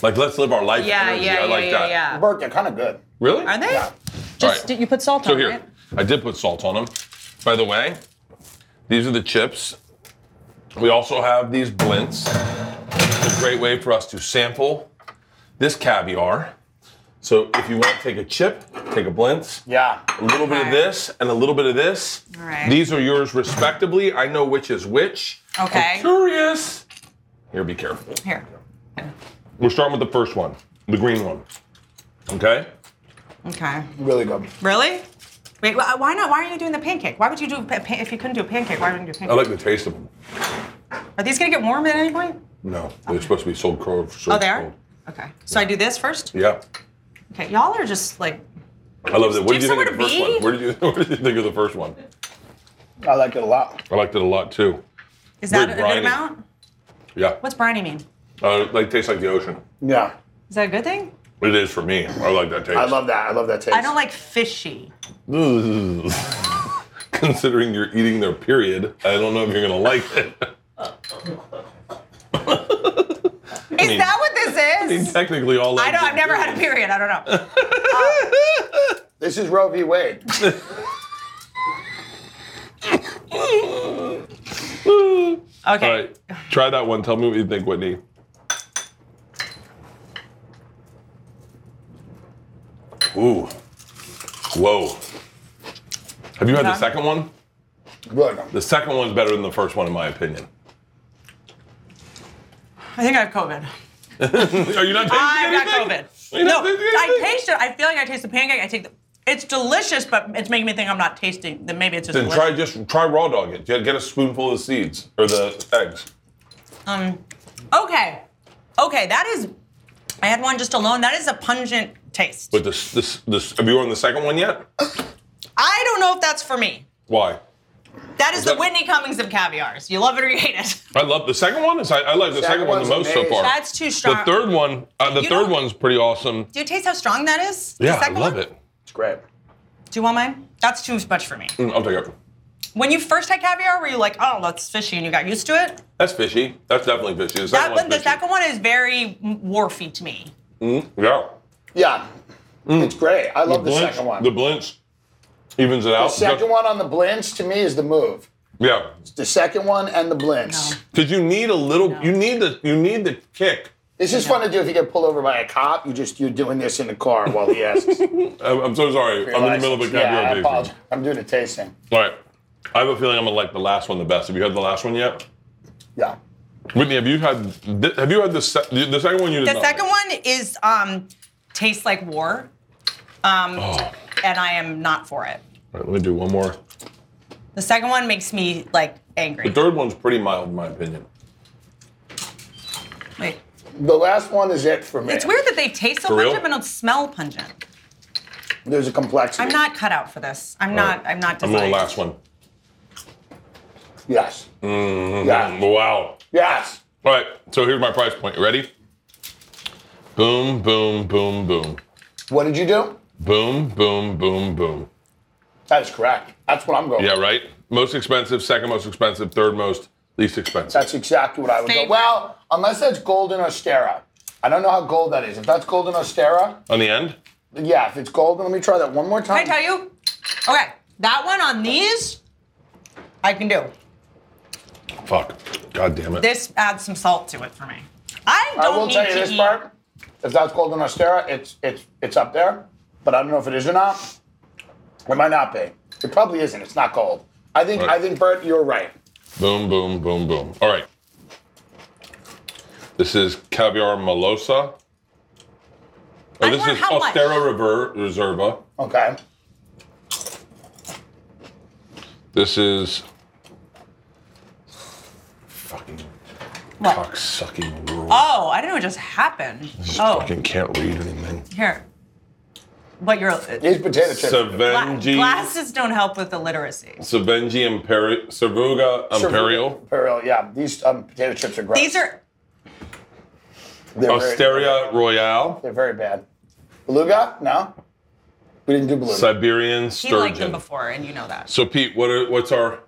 Like, let's live our life.
Yeah,
energy. I
yeah, yeah,
like
yeah,
that.
yeah.
Bert, they're kind of good
Really?
Are they?
Yeah.
Just
Alright.
did you put salt
So
on
here,
it?
I did put salt on them. By the way, these are the chips. We also have these blints. It's a great way for us to sample this caviar. So if you want to take a chip, take a blintz,
yeah
a little bit of
Okay.
this and a little bit of this.
Alright.
These are yours respectively. I know which is which.
Okay.
I'm curious. Here, be careful.
Here.
We're starting with the first one, the green one. Okay?
Okay.
really good
Really? Wait. wh- Why not? Why aren't you doing the pancake? Why would you do pa- pa- if you couldn't do a pancake? Why wouldn't you do a
I
pancake?
like the taste of them.
Are these gonna get warm at any point?
No, they're supposed to be sold cold. sold
Oh, they are.
cold.
Okay. So I do this first.
Yeah.
Okay. Y'all are just like.
I love that. What did
Do
you
you
think
have
of the first
somewhere to
one?
be?
Where did you, what did you think of the first one?
I like it a lot
I liked it a lot too.
Is that
They're
a
briny.
good amount?
Yeah.
What's briny mean?
Uh, like tastes like the ocean.
yeah
Is that a good thing?
It is for me. I like that taste.
I love that I love that taste
I don't like fishy.
Considering you're eating their period, I don't know if you're gonna like it.
Is that what this is?
Technically, all
I
eggs
don't.
are
I've never had a
periods.
period. I don't know.
this is Roe v Wade
All
Okay.
right, try that one. Tell me what you think, Whitney. Ooh. Whoa. Have you had the
Yeah.
second one?
good
The second one's better than the first one, in my opinion.
I think I have COVID.
Are you not tasting
I got
anything?
COVID.
You
No,
don't taste
I
anything?
taste it. I feel like I taste the pancake. I take the. It's delicious, but it's making me think I'm not tasting. Then maybe it's just.
Then try
delicious.
just try raw dog it. Get get a spoonful of the seeds or the eggs.
Um. Okay. Okay. That is. I had one just alone. That is a pungent taste.
But this this this. Have you on the second one yet?
I don't know if that's for me.
Why?
That is
Is
the
that-
Whitney Cummings of caviars. You love it or you hate it.
I love the second one. Is I, I like the second,
Second
one the
one's
most so
amazing.
far.
That's too
the
strong.
third one. Uh, the
You
third
don't-
one's pretty awesome.
Do you taste how strong that is? The
Yeah, I
second
love
one?
it.
it's great
Do you want mine? That's too much for me.
Mm, I'll take it.
When you first had caviar, were you like, oh, that's fishy, and you got used to it?
That's fishy. That's definitely fishy. The
That
second
one,
one's
the
fishy.
second one is very wharfy to me.
yeah.
Yeah. It's great. I love Mm. the,
Blinch,
second one.
The
The,
blinch evens it out.
second
Just-
one on the blintz to me is the move.
Yeah.
The second one and the blintz.
Because you need a little. You need the. You need the kick.
This is fun to do if you get pulled over by a cop. You just you're doing this in the car while he asks.
I'm, I'm so sorry. I'm in the middle of a
yeah, I
caviar
apologize.
tasting.
I'm doing a tasting.
All right. I have a feeling I'm gonna like the last one the best. Have you had the last one yet?
Yeah.
Whitney, have you had? thi- Have you had the se- the second one? You did
The
not
second
like.
one is um, tastes like war, um,
Oh.
and I am not for it.
All right, let me do one more.
The second one makes me like angry.
The third one's pretty mild in my opinion.
Like,
The last one is it for me.
it's weird that they taste so
For real?
pungent but don't smell pungent.
There's a complexity.
I'm not cut out for this. I'm not. I'm not
I'm on the
designed.
last one.
Yes.
Mm-hmm.
Yeah.
Wow.
Yes.
All right. So here's my price point. You ready? Boom, boom, boom, boom,
What did you do?
boom, boom, boom, boom.
That is correct. That's what I'm going.
Yeah, right. Most expensive, second most expensive, third most, least expensive.
That's exactly what I would
Favorite.
go. Well, unless that's golden Ostera. I don't know how gold that is. If that's golden Ostera,
on the end.
yeah, if it's golden, let me try that one more time.
Can I tell you? Okay, that one on these, I can do.
Fuck. God damn it.
This adds some salt to it for me. I
I
don't
will
need
tell you
to
this
eat.
part. If that's golden Ostera, it's it's it's up there, but I don't know if it is or not. It might not be. It probably isn't. It's not gold. I think
Right.
I think Bert, you're right.
Boom, boom, boom, boom. All right. This is caviar melosa.
I
Oh, this
want
is
how much?
Ostero Rever- Reserva.
Okay.
This is fucking
What?
cock sucking world.
Oh, I didn't know what just happened.
Just
Oh,
fucking can't read anything.
here. But you're
These potato chips.
gla-
Savenji.
glasses don't help with the literacy.
Savenji Imperial. Savuga Imperial.
Imperial, yeah. These um, potato chips are gross.
These are
They're very-
Osteria Royale.
They're very bad. Beluga? No. We didn't do beluga.
Siberian
he liked them
Sturgeon.
before, and you know that.
So Pete, what are, what's our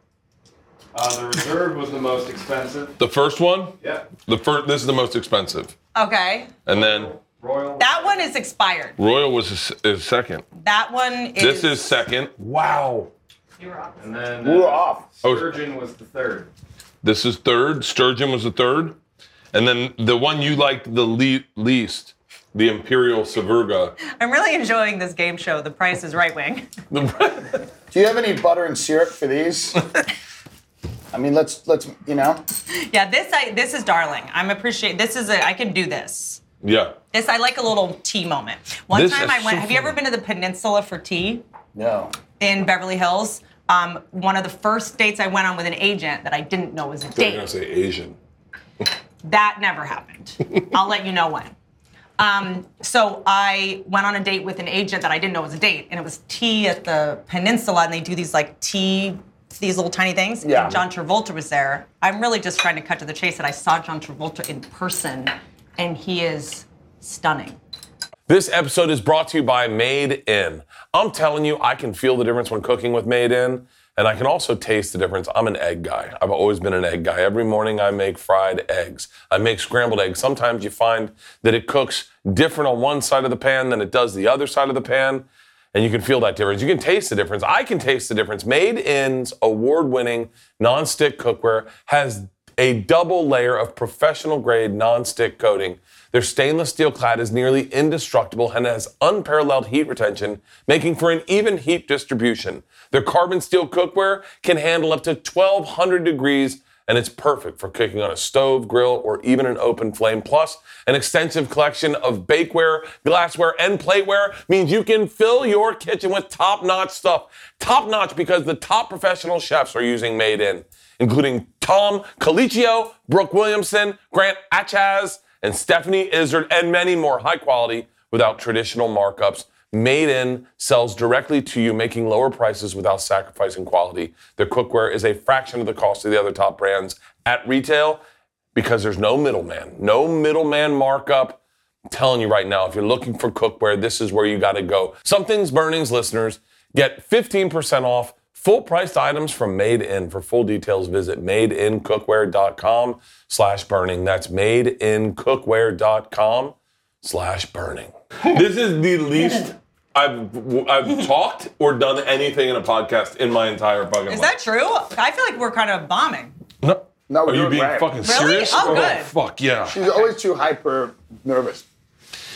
Uh, the reserve was the most expensive.
the first one?
Yeah.
The first this is the most expensive.
Okay,
And then
Royal.
that one is expired.
Royal was is, is second.
That one is.
This is second. Wow.
and then
we were off.
Oh.
Sturgeon was the third.
This is third. Sturgeon was the third. And then the one you liked the le- least, the Imperial Saverga.
I'm really enjoying this game show. The Price is Right Wing.
Do you have any butter and syrup for these? I mean, let's let's you know.
yeah, this I this is darling. I'm appreciate. This is a I can do this.
yeah.
This I like a little tea moment. One
This
time
is
I
so
went. have you ever been to the Peninsula for tea?
No.
in Beverly Hills. Um, one of the first dates I went on with an agent that I didn't know was a
They're gonna
date.
say Asian.
That never happened. I'll let you know when. Um, so I went on a date with an agent that I didn't know was a date, and it was tea at the Peninsula, and they do these like tea, these little tiny things.
Yeah.
And John Travolta was there. I'm really just trying to cut to the chase that I saw John Travolta in person, and he is stunning.
This episode is brought to you by Made In. I'm telling you, I can feel the difference when cooking with Made In, and I can also taste the difference. I'm an egg guy. I've always been an egg guy. Every morning I make fried eggs. I make scrambled eggs. Sometimes you find that it cooks different on one side of the pan than it does the other side of the pan and you can feel that difference. You can taste the difference. I can taste the difference. Made In's award-winning nonstick cookware has a double layer of professional grade nonstick coating. Their stainless steel clad is nearly indestructible and has unparalleled heat retention, making for an even heat distribution. Their carbon steel cookware can handle up to 1200 degrees and it's perfect for cooking on a stove, grill, or even an open flame. Plus, an extensive collection of bakeware, glassware, and plateware means you can fill your kitchen with top notch stuff. Top notch because the top professional chefs are using Made In, including Tom Colicchio, Brooke Williamson, Grant Achaz, and Stephanie Izzard, and many more high quality without traditional markups. Made in sells directly to you, making lower prices without sacrificing quality. Their cookware is a fraction of the cost of the other top brands at retail because there's no middleman, no middleman markup. I'm telling you right now, if you're looking for cookware, this is where you got to go. Something's Burnings listeners get 15% off
Full priced items from Made In. For full details, visit madeincookware.com slash burning. That's madeincookware.com slash burning.
This is the least I've w- I've talked or done anything in a podcast in my entire fucking life.
Is that true? I feel like we're kind of bombing.
No.
No,
Are you
you're
being
right.
fucking serious?
Oh, good.
fuck yeah.
She's always too hyper nervous.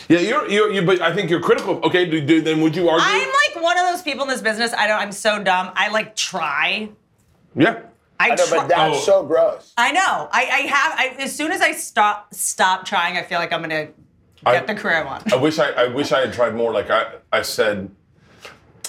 Yeah, you're, you're, you but I think you're critical. Okay, do, do, then would you argue?
I'm like one of those people in this business. I don't. I'm so dumb. I like try.
yeah.
I,
I know,
try.
but that's
Oh.
so gross.
I know. I, I have. I, as soon as I stop stop trying, I feel like I'm gonna
I-
get the career I want.
I wish I, I wish I had tried more. Like I, I said,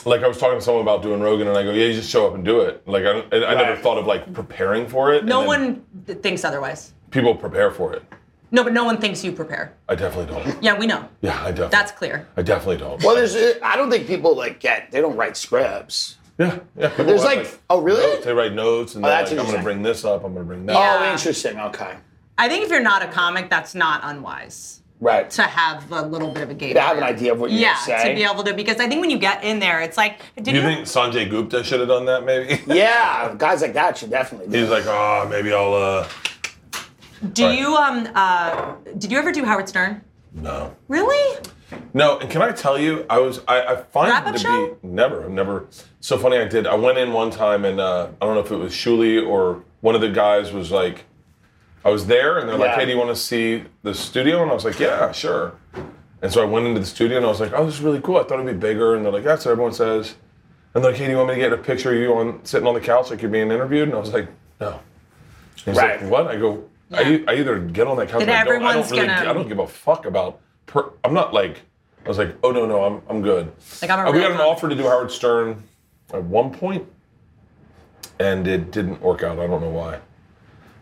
like I was talking to someone about doing Rogan, and I go, yeah, you just show up and do it. Like I, don't- I, I never
Right.
thought of like preparing for it.
No
and then
one th- thinks otherwise.
People prepare for it.
No, but no one thinks you prepare.
I definitely don't.
Yeah, we know.
Yeah, I definitely.
That's clear.
I definitely don't.
Well, Oh, there's. I don't think people like get. They don't write scripts.
Oh. Yeah, yeah. people
There's
write,
like- oh, really?
Notes. They write notes,
Oh,
and they're
that's
like, I'm going to
interesting.
bring this up. I'm going to bring that. up.
Oh, interesting. Okay.
I think if you're not a comic, that's not unwise
Right.
to have a little bit of a game.
to have an idea of what you're
Yeah,
gonna say.
to be able to because I think when you get in there, it's like, did
Do
you?
you think Sanjay Gupta should have done that? Maybe.
yeah, guys like that should definitely. Do.
He's like, oh, maybe I'll. uh
do
Right.
you um uh did you ever do Howard Stern?
No.
Really?
No, and can I tell you, I was I, I find
Wrap-up
to
show?
be never, never so funny. I did. I went in one time, and uh, I don't know if it was Shuli or one of the guys was like, I was there, and they're like,
Yeah.
Hey, do you want to see the studio? And I was like, Yeah, sure. And so I went into the studio, and I was like, Oh, this is really cool. I thought it'd be bigger, and they're like, That's what everyone says. And they're like, Hey, do you want me to get a picture of you on sitting on the couch like you're being interviewed? And I was like, No. And he's
Right.
like, What? I go. I,
Yeah.
e- I either get on that couch.
Then
or I don't. I
everyone's
don't really.
gonna-
I don't give a fuck about. Per, I'm not like. I was like, oh no no, I'm I'm good.
Like, I'm a
Uh, we
real
got an
comic.
offer to do Howard Stern at one point, and it didn't work out. I don't know why.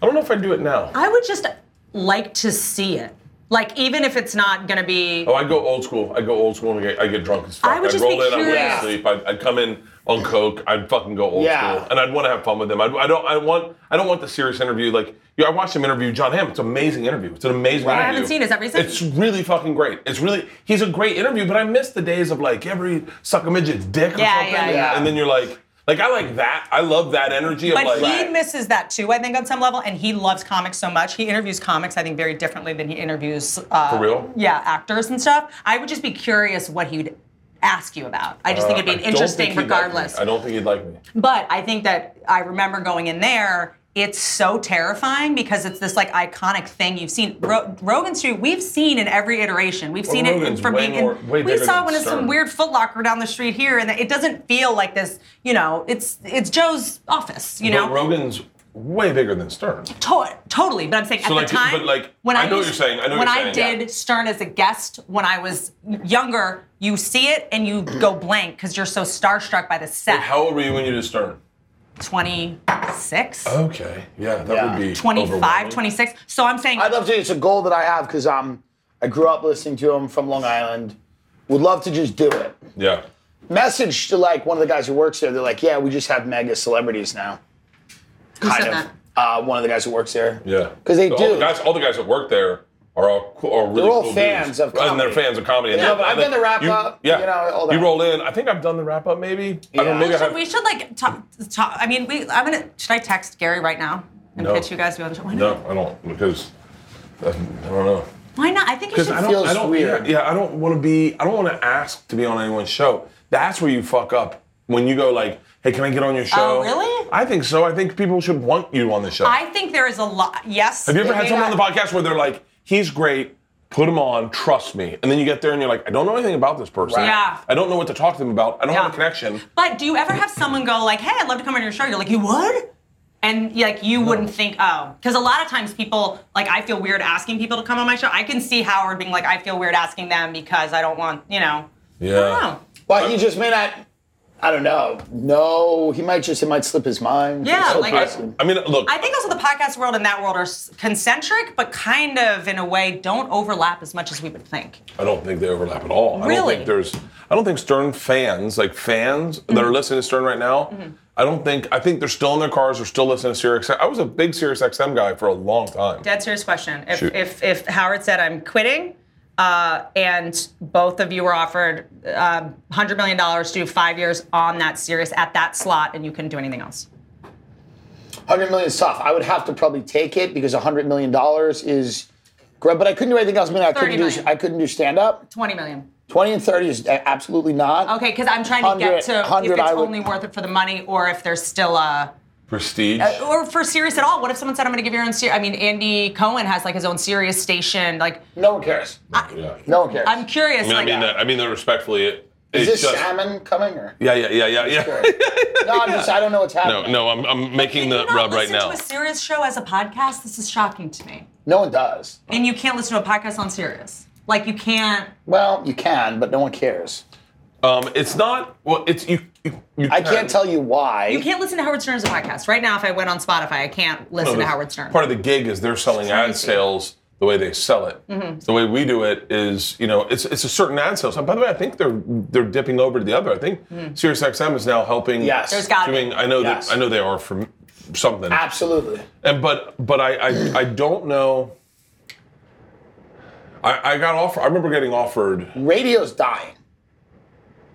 I don't know if I'd do it now.
I would just like to see it. Like even if it's not gonna be
oh, I go old school. I go old school and I get, I get drunk as fuck.
I would
I'd
just
roll
be
in. I wouldn't
curious.
sleep. I'd, I'd come in on coke. I'd fucking go old
Yeah.
school, and I'd want to have fun with them. I'd, I don't. I want. I don't want the serious interview. Like you, I watched him interview John Hamm. It's an amazing interview. It's an amazing.
Right. I
interview.
haven't seen it. Is that recent?
It's really fucking great. It's really. He's a great interview, but I miss the days of like every suck a midget's dick or
Yeah,
something.
yeah,
yeah.
And then you're like, like I like that. I love that energy of
But
like.
he misses that too, I think, on some level. And he loves comics so much. He interviews comics, I think, very differently than he interviews. Uh,
For real?
Yeah, actors and stuff. I would just be curious what he'd ask you about. I just think it'd
Uh, I
be
don't
interesting
think he'd like me.
regardless.
I don't think he'd like me.
But I think that I remember going in there. It's so terrifying because it's this like iconic thing you've seen. Ro- Rogan Street, we've seen in every iteration. We've seen
Rogan's
it from
way
being.
more-
in,
way
we
bigger
saw
than
one in some
Stern.
weird Footlocker down the street here, and it doesn't feel like this. You know, it's it's Joe's office. You know,
But Rogan's way bigger than Stern.
To- totally, but I'm saying at
like,
the time.
but, like,
when
I
I,
know what
used-
you're saying, I know what
when
you're
I
saying,
did Stern as a guest when I was younger, you see it and you go blank because you're so starstruck by the set.
How old were you when you did Stern?
26,
Okay. Yeah, that
Yeah.
would be
25,
Oh, overwhelming.
26. So I'm saying
I'd love to. It's a goal that I have because um, I grew up listening to him from Long Island. Would love to just do it.
Yeah.
Message to like one of the guys who works there. They're like, yeah, we just have mega celebrities now. Kind
said
of. Uh, one of the guys who works there.
Yeah.
'Cause they
all
do.
The guys, all the guys that work there are all cool, are really
They're all
cool dudes.
fans of
And they're
comedy.
fans of comedy. And
Yeah,
they're-
but I've
they're-
done the wrap
you-
up,
Yeah.
you know, all that.
You roll in. I think I've done the wrap up maybe. I don't
Yeah.
maybe
We
I
should-
have.
we should like talk, talk. I mean, we. I'm gonna. Should I text Gary right now and
No.
pitch you guys? We want to- Why not?
No, I don't because uh, I don't know.
Why not? I think you
Because
should.
I don't.
feels
I don't
weird.
Yeah, yeah, I don't want to be. I don't want to ask to be on anyone's show. That's where you fuck up when you go like, "Hey, can I get on your
Oh,
show?"
really?
I think so. I think people should want you on the show.
I think there is a lot. Yes.
Have you ever had
Maybe
someone on the
not.
podcast where they're like, he's great, put him on, trust me. And then you get there and you're like, I don't know anything about this person.
Right.
Yeah.
I don't know what to talk to them about. I don't have a
Yeah.
connection.
But do you ever have someone go like, "Hey, I'd love to come on your show"? You're like, "You would?" And like you wouldn't think, oh, because a lot of times people like I feel weird asking people to come on my show. I can see Howard being like, I feel weird asking them because I don't want, you know.
Yeah.
I don't know.
Well, he just may not. I don't know. No, he might just. It might slip his mind.
Yeah,
It's so
like-
possible.
I mean, look,
I think also the podcast world and that world are s- concentric, but kind of in a way don't overlap as much as we would think.
I don't think they overlap at all. I don't
Really?
think there's I don't think Stern fans, like fans
Mm-hmm.
that are listening to Stern right now, I don't think I think they're still in their cars, they're still listening to Sirius I was a big Sirius XM guy for a long time.
Dead serious question. If
Shoot.
if if Howard said I'm quitting, Uh, and both of you were offered uh, $100 million to do five years on that series at that slot, and you couldn't do anything else.
100 million is tough. I would have to probably take it because 100 million dollars is great, but I couldn't do anything else. I mean, I
30
couldn't do
million.
I couldn't do stand up.
20 million.
20 and 30 is a- absolutely not.
Okay, because I'm trying to get
100
to if
100
it's
I would-
only worth it for the money or if there's still a.
Prestige.
Or for serious at all. What if someone said, I'm going to give your own series? I mean, Andy Cohen has like his own serious station. Like,
No one cares.
yeah.
No one cares.
I'm curious.
I mean, I
like,
mean that. I mean that respectfully. It,
is this
it's just,
salmon coming or?
Yeah, yeah, yeah, yeah, yeah.
Sure. No, I'm just, I don't know what's
No,
happening.
no, I'm, I'm making
Can
the
you not
rub right
listen
now.
to a serious show as a podcast? This is shocking to me.
No one does.
And you can't listen to a podcast on serious. Like you can't.
Well, you can, but no one cares.
Um, it's not. Well, it's you. you, you
I can't tell you why.
You can't listen to Howard Stern as a podcast right now. If I went on Spotify, I can't listen to Howard Stern.
Part of the gig is they're selling ad
crazy.
sales the way they sell it.
Mm-hmm.
The way we do it is, you know, it's it's a certain ad sales. And by the way, I think they're they're dipping over to the other. I think SiriusXM is now helping.
Mm. Yes. There's
gotta be.
doing. I know
Yes.
that. I know they are for something.
Absolutely.
And but but I I, I don't know. I, I got offered. I remember getting offered.
Radio's dying.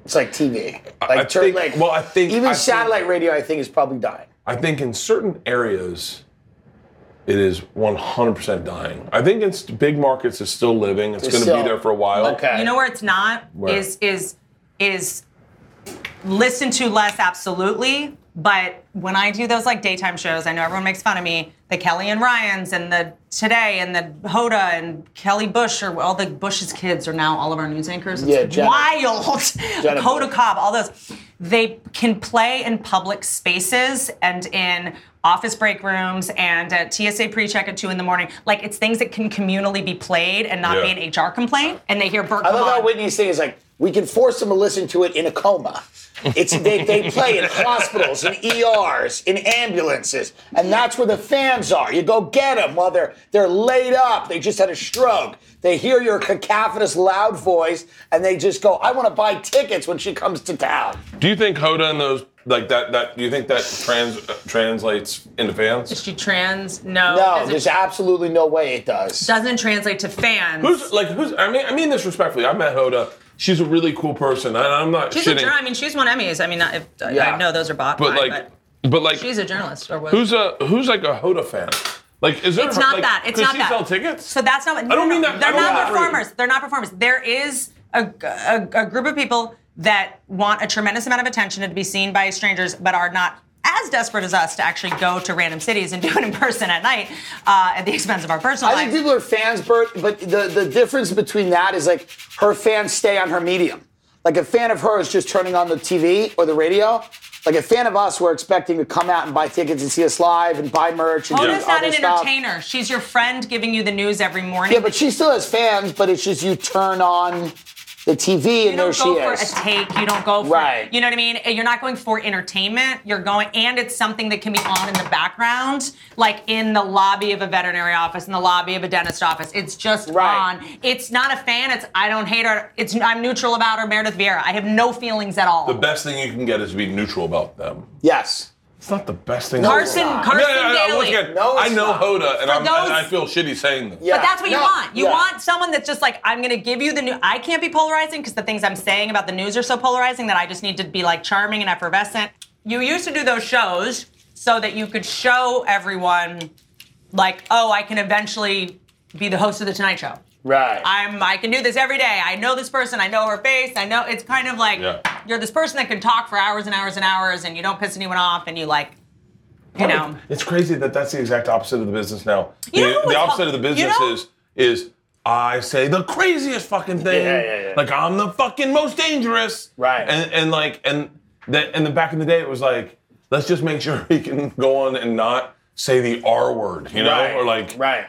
It's like TV. Like,
I
tur-
think-
like
well, I think-
even
I think- Oh.
satellite radio, I think, is probably dying.
I think in certain areas, it is 100% dying. I think it's big markets is still living. It's, going to
still-
be there for a while.
Okay.
you know where it's not
Where?
is is is listen to less absolutely. But when I do those like daytime shows, I know everyone makes fun of me. The Kelly and Ryan's and the Today and the Hoda and Kelly Bush or all the Bush's kids are now all of our news anchors. It's
Yeah, Jenna.
wild.
Jenna
Hoda
Bush.
Cobb, all those. They can play in public spaces and in office break rooms and at TSA pre-check at two in the morning. Like it's things that can communally be played and not
Yeah.
be an HR complaint. And they hear Bert.
I
come
love how
on.
Whitney's thing is like, we can force them to listen to it in a coma. It's they, they play in hospitals, in ERs, in ambulances, and that's where the fans are. You go get them while they're they're laid up. They just had a stroke. They hear your cacophonous loud voice, and they just go, "I want to buy tickets when she comes to town."
Do you think Hoda and those like that? That do you think that trans uh, translates into
Is
fans?
she trans? No.
No,
Does it-
there's absolutely no way it does.
doesn't translate to fans.
Who's like who's? I mean, I mean this respectfully. I met Hoda. She's a really cool person. and I'm not
she's a
shitting,
journalist. I mean, she's won Emmys. I mean, not if, I-
Yeah.
I know those are bought.
but
by,
like, but like,
she's a journalist or was.
who's a who's like a Hoda fan? Like, is there?
It's not
like,
that. It's
could
not
she
that.
sell tickets?
So that's not.
I don't mean that-
They're
I don't mean
not
that rude.
performers. They're not performers. There is a, a, a group of people that want a tremendous amount of attention and to be seen by strangers, but are not as desperate as us to actually go to random cities and do it in person at night uh, at the expense of our personal
I
lives.
think people are fans, Bert, but the, the difference between that is like her fans stay on her medium. Like a fan of her is just turning on the TV or the radio. Like a fan of us, we're expecting to come out and buy tickets and see us live and buy merch and do
Hoda's Oh, not
other
an
stuff.
entertainer. She's your friend giving you the news every morning.
Yeah, but she still has fans, but it's just you turn on the TV and
You
there
don't
she
go for
is.
a take. You don't go for
Right.
you know what I mean. You're not going for entertainment. You're going, and it's something that can be on in the background, like in the lobby of a veterinary office, in the lobby of a dentist office. It's just
Right.
on. It's not a fan. It's I don't hate her. It's I'm neutral about her. Meredith Vieira. I have no feelings at all.
the best thing you can get is to be neutral about them.
yes.
It's not the best thing.
Carson
ever.
Carson
I mean, I- I- I- once
Daly.
again,
No,
I
it's
know
not.
Hoda, and, I'm,
those-
and I feel shitty saying this.
Yeah.
But that's what you
No,
want. You
yeah.
want someone that's just like, I'm going to give you the new. I can't be polarizing because the things I'm saying about the news are so polarizing that I just need to be like charming and effervescent. You used to do those shows so that you could show everyone, like, oh, I can eventually be the host of The Tonight Show.
Right.
I'm, I can do this every day. I know this person. I know her face. I know it's kind of like
Yeah.
you're this person that can talk for hours and hours and hours, and you don't piss anyone off, and you like, you know.
It's crazy that that's the exact opposite of the business now.
You
the,
know what's
the opposite
fu-
of the business
you know-
is is I say the craziest fucking thing.
Yeah, yeah, yeah.
Like I'm the fucking most dangerous.
Right.
And and like and that and the back in the day it was like let's just make sure he can go on and not say the R word, you know,
Right.
or like
Right.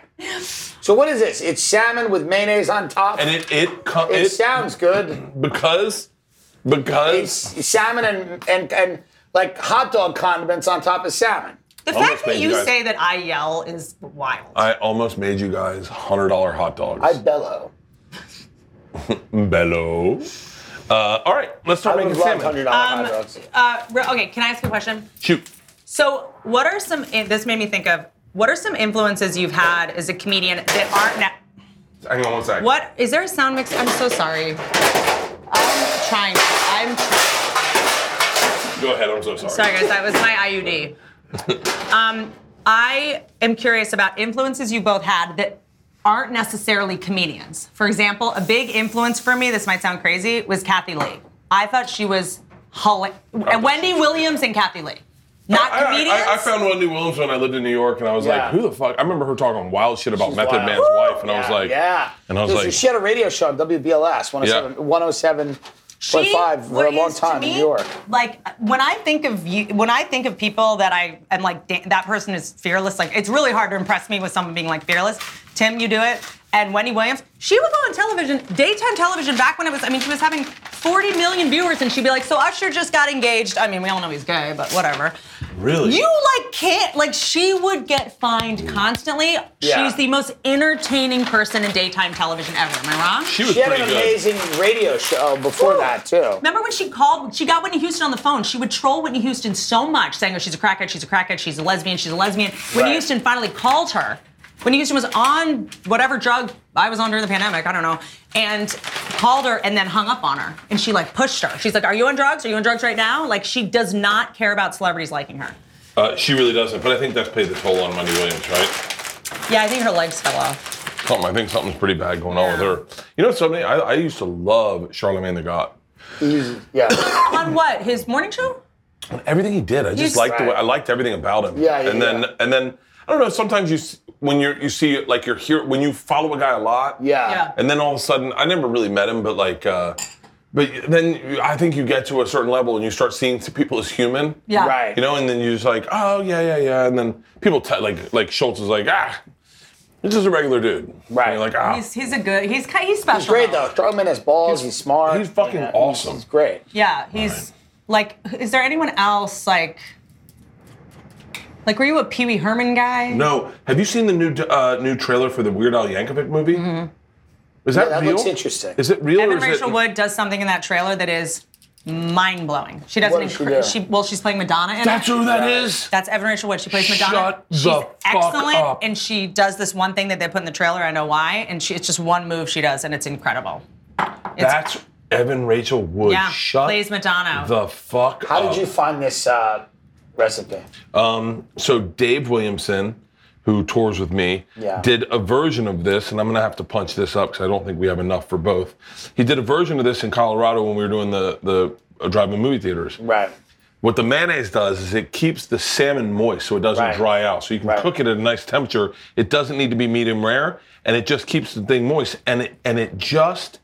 So what is this? It's salmon with mayonnaise on top.
and it it co-
it,
it-
sounds good.
because because
It's salmon and, and and like hot dog condiments on top of salmon.
The
Almost
fact that
made you
you
guys-
say that I yell is wild.
I almost made you guys hundred dollar hot dogs.
I bellow.
Bello. Uh, all right, let's
I
start
would
making
have loved hundred
salmon.
dollar
Um,
hot dogs.
Uh, re- okay, can I ask a question?
Shoot.
So, what are eh, some? This made me think of what are some influences you've had as a comedian that aren't. Na-
Hang on one second.
What is there a sound mix? I'm so sorry. I'm trying. I'm trying.
Go ahead. I'm so sorry.
sorry, guys. That was my IUD. Um, I am curious about influences you both had that aren't necessarily comedians. For example, a big influence for me. This might sound crazy. Was Kathy Lee. I thought she was hol- and Wendy Williams and Kathy Lee, not
I- I-
comedians.
I, I found Wendy Williams when I lived in New York, and I was
Yeah.
like, "Who the fuck?" I remember her talking wild shit about
She's
Method
wild.
Man's wife, and I was
Yeah,
like,
yeah.
and I was
There's a-
like-
she had a radio show on WBLS 107,
Yeah.
107.5 for a long
was, to
time in
me,
New York.
Like when I think of you, when I think of people that I am like da- that person is fearless. Like it's really hard to impress me with someone being like fearless. Tim, you do it. And Wendy Williams, she would go on television, daytime television back when it was. I mean, she was having 40 million viewers, and she'd be like, "So Usher just got engaged." I mean, we all know he's gay, but whatever.
"Really?"
You like can't like she would get fined constantly.
Yeah.
She's the most entertaining person in daytime television ever. Am I wrong?
she was
She had
pretty
an
good.
amazing radio show before that, too.
Remember when she called? She got Whitney Houston on the phone. She would troll Whitney Houston so much, saying, "Oh, she's a crackhead. She's a crackhead. She's a lesbian. She's a lesbian." Whitney
Right.
Houston finally called her. Whitney Houston was on whatever drug I was on during the pandemic. I don't know, and called her and then hung up on her. And she like pushed her. She's like, "Are you on drugs? Are you on drugs right now?" Like she does not care about celebrities liking her.
Uh, she really doesn't, but I think that's paid the toll on Wendy Williams, right?
Yeah, I think her legs fell off.
Something I think something's pretty bad going on with her. You know something? I, I used to love Charlemagne the God.
Easy. Yeah.
on what? His morning show?
Everything he did, I just
He's-
liked the way
Right.
I liked everything about him.
Yeah, yeah,
And then
yeah.
and then I don't know. Sometimes you s- when you're you see like you're here when you follow a guy a lot.
Yeah.
Yeah.
And then all of a sudden, I never really met him, but like, uh, but then you- I think you get to a certain level and you start seeing people as human.
Yeah.
Right.
You know, and then you're just like, oh yeah, yeah, yeah, and then people t- like like Schultz is like, ah, he's just a regular dude.
Right.
And you're like, ah,
He's he's a good. He's ki- he's special.
He's great,
though.
though. Strongman has balls. He's, smart.
he's fucking
Yeah,
awesome.
He's great.
Yeah, he's like. Is there anyone else like? Like, were you a Pee Wee Herman guy?
No, have you seen the new uh, new trailer for the Weird Al Yankovic movie? Is
Yeah,
that
that
real?
looks interesting.
Is it real? or
Evan
is it-
Rachel Wood does something in that trailer that is mind blowing. She doesn't.
What does she
encour-
do?
she, well, she's playing Madonna. In
That's
it.
who that is.
That's Evan Rachel Wood. She plays Madonna.
Shut
She's
the fuck
excellent,
up.
and she does this one thing that they put in the trailer. I know why, and she, it's just one move she does, and it's incredible.
That's Evan Rachel Wood.
Yeah,
Shut
plays Madonna.
the fuck
How
up.
did you find this uh, recipe?
Um, so Dave Williamson, who tours with me,
Yeah.
did a version of this, and I'm gonna have to punch this up because I don't think we have enough for both. He did a version of this in Colorado when we were doing the the uh, drive-in movie theaters.
Right.
What the mayonnaise does is it keeps the salmon moist so it doesn't
Right.
dry out. So you can
Right.
cook it at a nice temperature. It doesn't need to be medium rare, and it just keeps the thing moist. And it and it just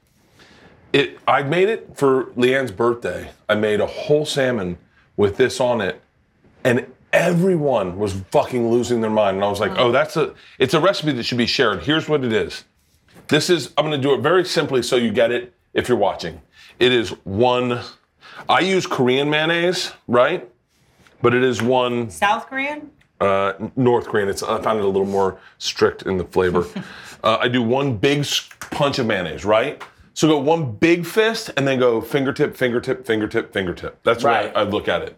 it I made it for Leanne's birthday. I made a whole salmon with this on it, and everyone was fucking losing their mind. And I was like, oh, that's a it's a recipe that should be shared. Here's what it is. This is, I'm gonna do it very simply so you get it if you're watching. It is one, I use Korean mayonnaise, right? But it is one
South Korean.
uh, North Korean. It's, I found it a little more strict in the flavor. uh, I do one big s- punch of mayonnaise, right? So go one big fist and then go fingertip, fingertip, fingertip, fingertip. That's right.
Right.
I, I look at it.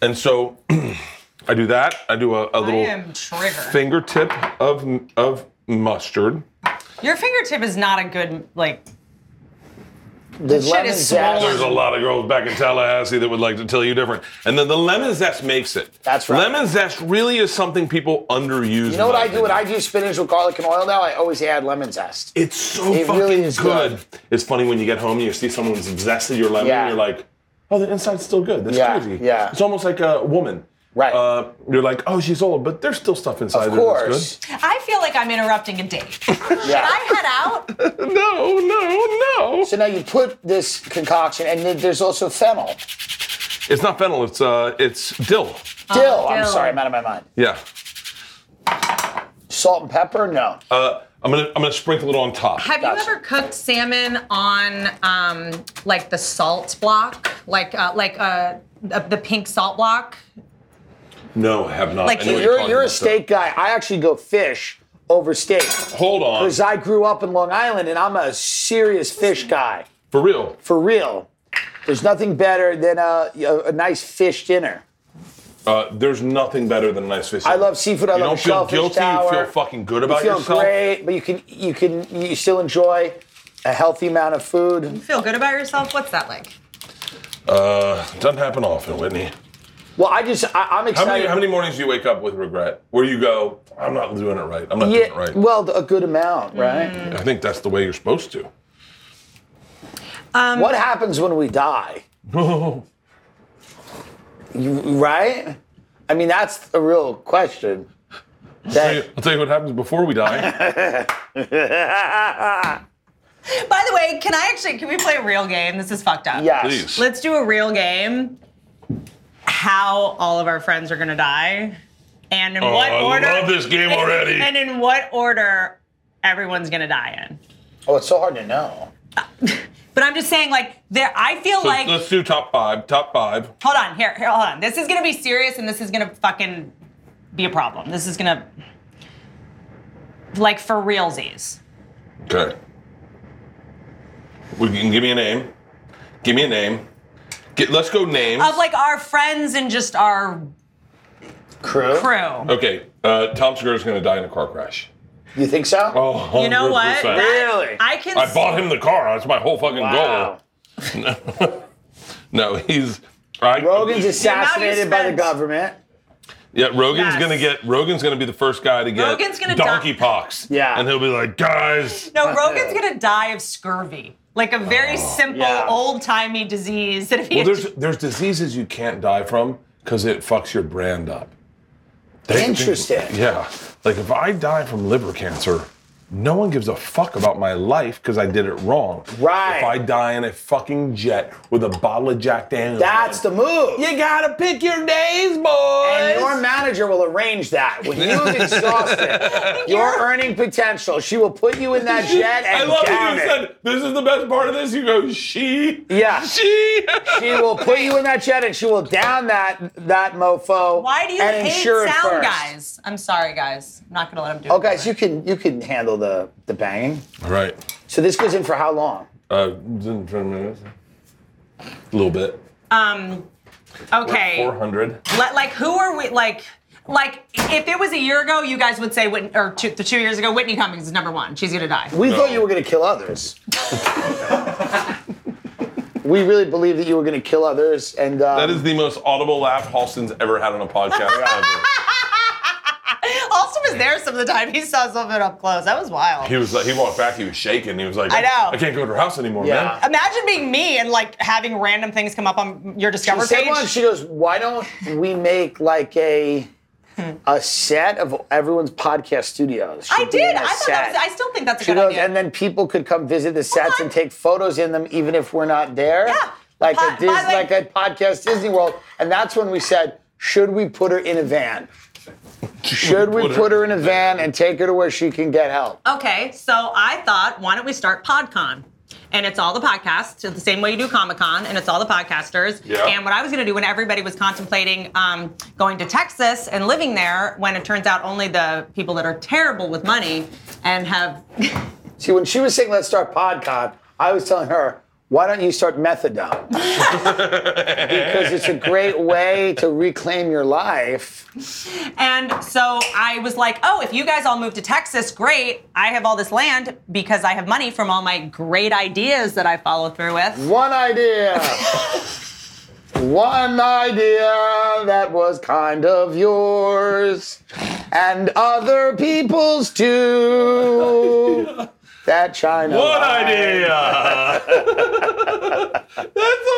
And so I do that. I do a, a
I
little
am triggered.
fingertip of of mustard.
Your fingertip is not a good like.
There's
Shit
lemon
is
zest.
There's a lot of girls back in Tallahassee that would like to tell you different. And then the lemon zest makes it.
That's right.
Lemon zest really is something people underuse.
You know what I do? When
I
I do spinach with garlic and oil now, I always add lemon zest.
It's so
It
fucking
really is
good.
good.
It's funny when you get home and you see someone's zested your lemon
Yeah.
and you're like, oh, the inside's still good. That's
Yeah,
crazy.
yeah.
It's almost like a woman.
Right.
Uh, you're like, oh, she's old, but there's still stuff inside
Of
her that's
course.
I feel like I'm interrupting a date. Should
Yeah.
I head out?
good. No, no, no.
So now you put this concoction, and then there's also fennel.
It's not fennel. It's uh, it's dill.
Dill. I'm
Oh, dill.
sorry, I'm out of my mind.
Yeah.
Salt and pepper? No.
Uh, I'm gonna I'm gonna sprinkle it on top.
Have
Gotcha.
you ever cooked salmon on um, like the salt block, like uh, like uh, the, the pink salt block?
No, I have not.
Like,
I know what
you're
talking
you're a
about, though.
steak guy. I actually go fish over steak
Hold on.
because I grew up in Long Island, and I'm a serious fish guy
For real.
for real. There's nothing better than a, a, a nice fish dinner.
Uh, there's nothing better than a nice fish.
I love seafood. I
you
love
don't feel
shellfish
guilty.
tower.
You feel fucking good about
you feel
yourself.
great, but you can you can you still enjoy a healthy amount of food.
Feel good about yourself? What's that like?
Uh, doesn't happen often, Whitney.
Well, I just I, I'm
How
excited.
many, how many mornings do you wake up with regret? Where you go, I'm not doing it right. I'm not doing it
yeah,
right.
well, a good amount, right?
I think that's the way you're supposed to.
what happens when we die? You, right? I mean, that's a real question.
I'll
That,
tell you what happens before we die.
By the way, can I actually can we play a real game? This is fucked up.
yes.
Please.
Let's do a real game. How all of our friends are gonna die, and in
Oh,
what
I
order?
love this game already.
And in what order everyone's gonna die in.
Oh, it's so hard to know.
But I'm just saying, like, there. I feel
So
like.
let's do top five. Top five.
hold on, here, here, hold on. This is gonna be serious, and this is gonna fucking be a problem. This is gonna, like, for realsies.
Okay. We can give me a name. Give me a name. Get, let's go names.
Of like our friends and just our
Crew?
crew.
okay. Uh, Tom Segura's gonna die in a car crash.
You think so?
Oh,
You know what?
100%.
That-
Really?
I can.
I bought him the car. That's my whole fucking
Wow.
goal. no, he's. I,
Rogan's assassinated by the
spent-
government.
Yeah, Rogan's
Yes.
gonna get. Rogan's gonna be the first guy to get
Rogan's gonna die-
donkey pox.
Yeah.
and he'll be like, guys.
No, Rogan's gonna die of scurvy, like a very simple
Oh, yeah.
old timey disease. That if he
Well, there's there's diseases you can't die from because it fucks your brand up. They-
Interesting.
yeah, like if I die from liver cancer, no one gives a fuck about my life because I did it wrong.
Right.
If I die in a fucking jet with a bottle of Jack Daniels,
That's the move.
You gotta pick your days, boys.
And your manager will arrange that. When you've exhausted your earning potential, she will put you in that jet
I
and
love
down
that you
it.
said this is the best part of this. You go, she,
Yeah.
she.
She will put you in that jet and she will down that that mofo.
Why do you
and
hate
insure it
sound
first.
guys? I'm sorry, guys. I'm not gonna let him do
Oh,
it.
guys, you can you can handle the the banging.
All right,
So this goes in for how long?
uh, in twenty minutes, a little bit,
Um, okay.
four hundred.
Let, like, who are we? Like, like if it was a year ago, you guys would say Whitney, or two, the two years ago, Whitney Cummings is number one. She's gonna die.
We thought you were going to kill others. we really believed that you were going to kill others, and um,
That is the most audible laugh Halston's ever had on a podcast. ever.
Also was there some of the time. He saw something up close. That was wild.
He was like, he walked back, he was shaking. He was like,
I know.
I can't go to her house anymore,
Yeah.
man.
Imagine being me and like having random things come up on your Discover
Said
page.
once, she goes, "Why don't we make like a a set of everyone's podcast studios?"
Hmm. I
Should be
did.
in a
I thought that
set.
was. I still think that's a
She
good
goes,
idea.
and then people could come visit the sets
on.
and take photos in them, even if we're not there.
Yeah.
Like
Po-
a Dis-
by the-
like a podcast Disney World, and that's when we said, should we put her in a van? Should we put her in a van and take her to where she can get help?
Okay, so I thought, why don't we start PodCon? And it's all the podcasts, so the same way you do Comic Con, and it's all the podcasters.
Yeah.
And what I was going to do when everybody was contemplating um, going to Texas and living there, when it turns out only the people that are terrible with money and have.
See, when she was saying let's start PodCon, I was telling her, why don't you start methadone? because it's a great way to reclaim your life.
And so I was like, oh, if you guys all move to Texas, great. I have all this land because I have money from all my great ideas that I follow through with.
One idea. One idea that was kind of yours and other people's too. That China.
What
line.
idea? that's a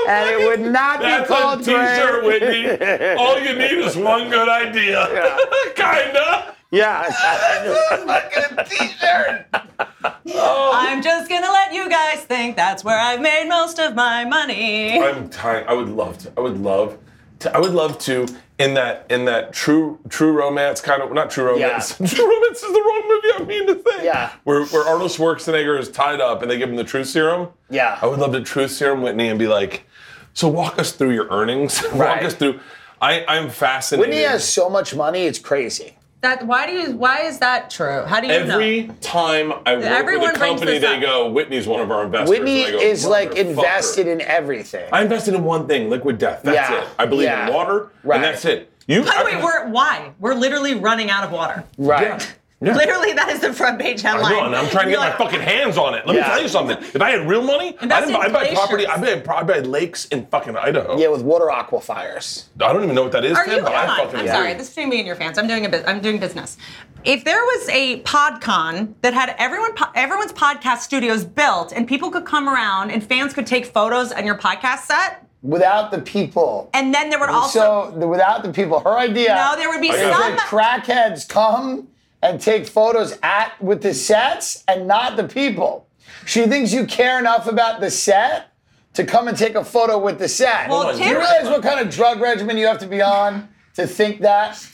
And it
fucking,
would not be
that's
called
a t-shirt,
great.
Whitney. All you need is one good idea. Kinda.
Yeah.
Fucking t-shirt.
I'm just going to let you guys think that's where I've made most of my money.
I'm tired. I would love to. I would love to. I would love to. In that, in that true, true romance kind of not true romance.
Yeah.
true romance is the wrong movie. I mean to say.
Yeah.
Where, where Arnold Schwarzenegger is tied up and they give him the truth serum.
Yeah.
I would love to truth serum Whitney and be like, so walk us through your earnings. walk
Right.
us through. I I'm fascinated.
Whitney has so much money, it's crazy.
That why do you why is that true? How do you know?
Every time I work
Everyone
with a
brings
company,
this
they
up.
go, Whitney's one of our investors.
Whitney
And I go,
is like
"Motherfucker."
invested in everything.
I invested in one thing, liquid death. That's
Yeah,
it. I believe
yeah.
in water,
Right.
and that's it. You,
By the
I-
way, we're why? We're literally running out of water.
Yeah.
right.
Yeah.
Literally, that is the front page
I
headline.
know, and I'm trying to get
You're
my
like,
fucking hands on it. Let
Yeah.
me tell you something. If I had real money, I'd,
Invest in
buy- I'd buy
glaciers.
property. I'd buy, I'd buy lakes in fucking Idaho.
Yeah, with water aquifers.
I don't even know what that is,
Are
Tim,
you?
but
Come
I
on.
fucking
I'm
agree.
sorry. This is between me and your fans. I'm doing a bit. I'm doing business. If there was a PodCon that had everyone, po- everyone's podcast studios built, and people could come around, and fans could take photos on your podcast set,
Without the people.
and then there would also
so the, without the people, her idea.
No, there would be
is
some-
that crackheads come and take photos at with the sets and not the people. She thinks you care enough about the set to come and take a photo with the set.
Well,
Do
Tim-
you realize what kind of drug regimen you have to be on to think that?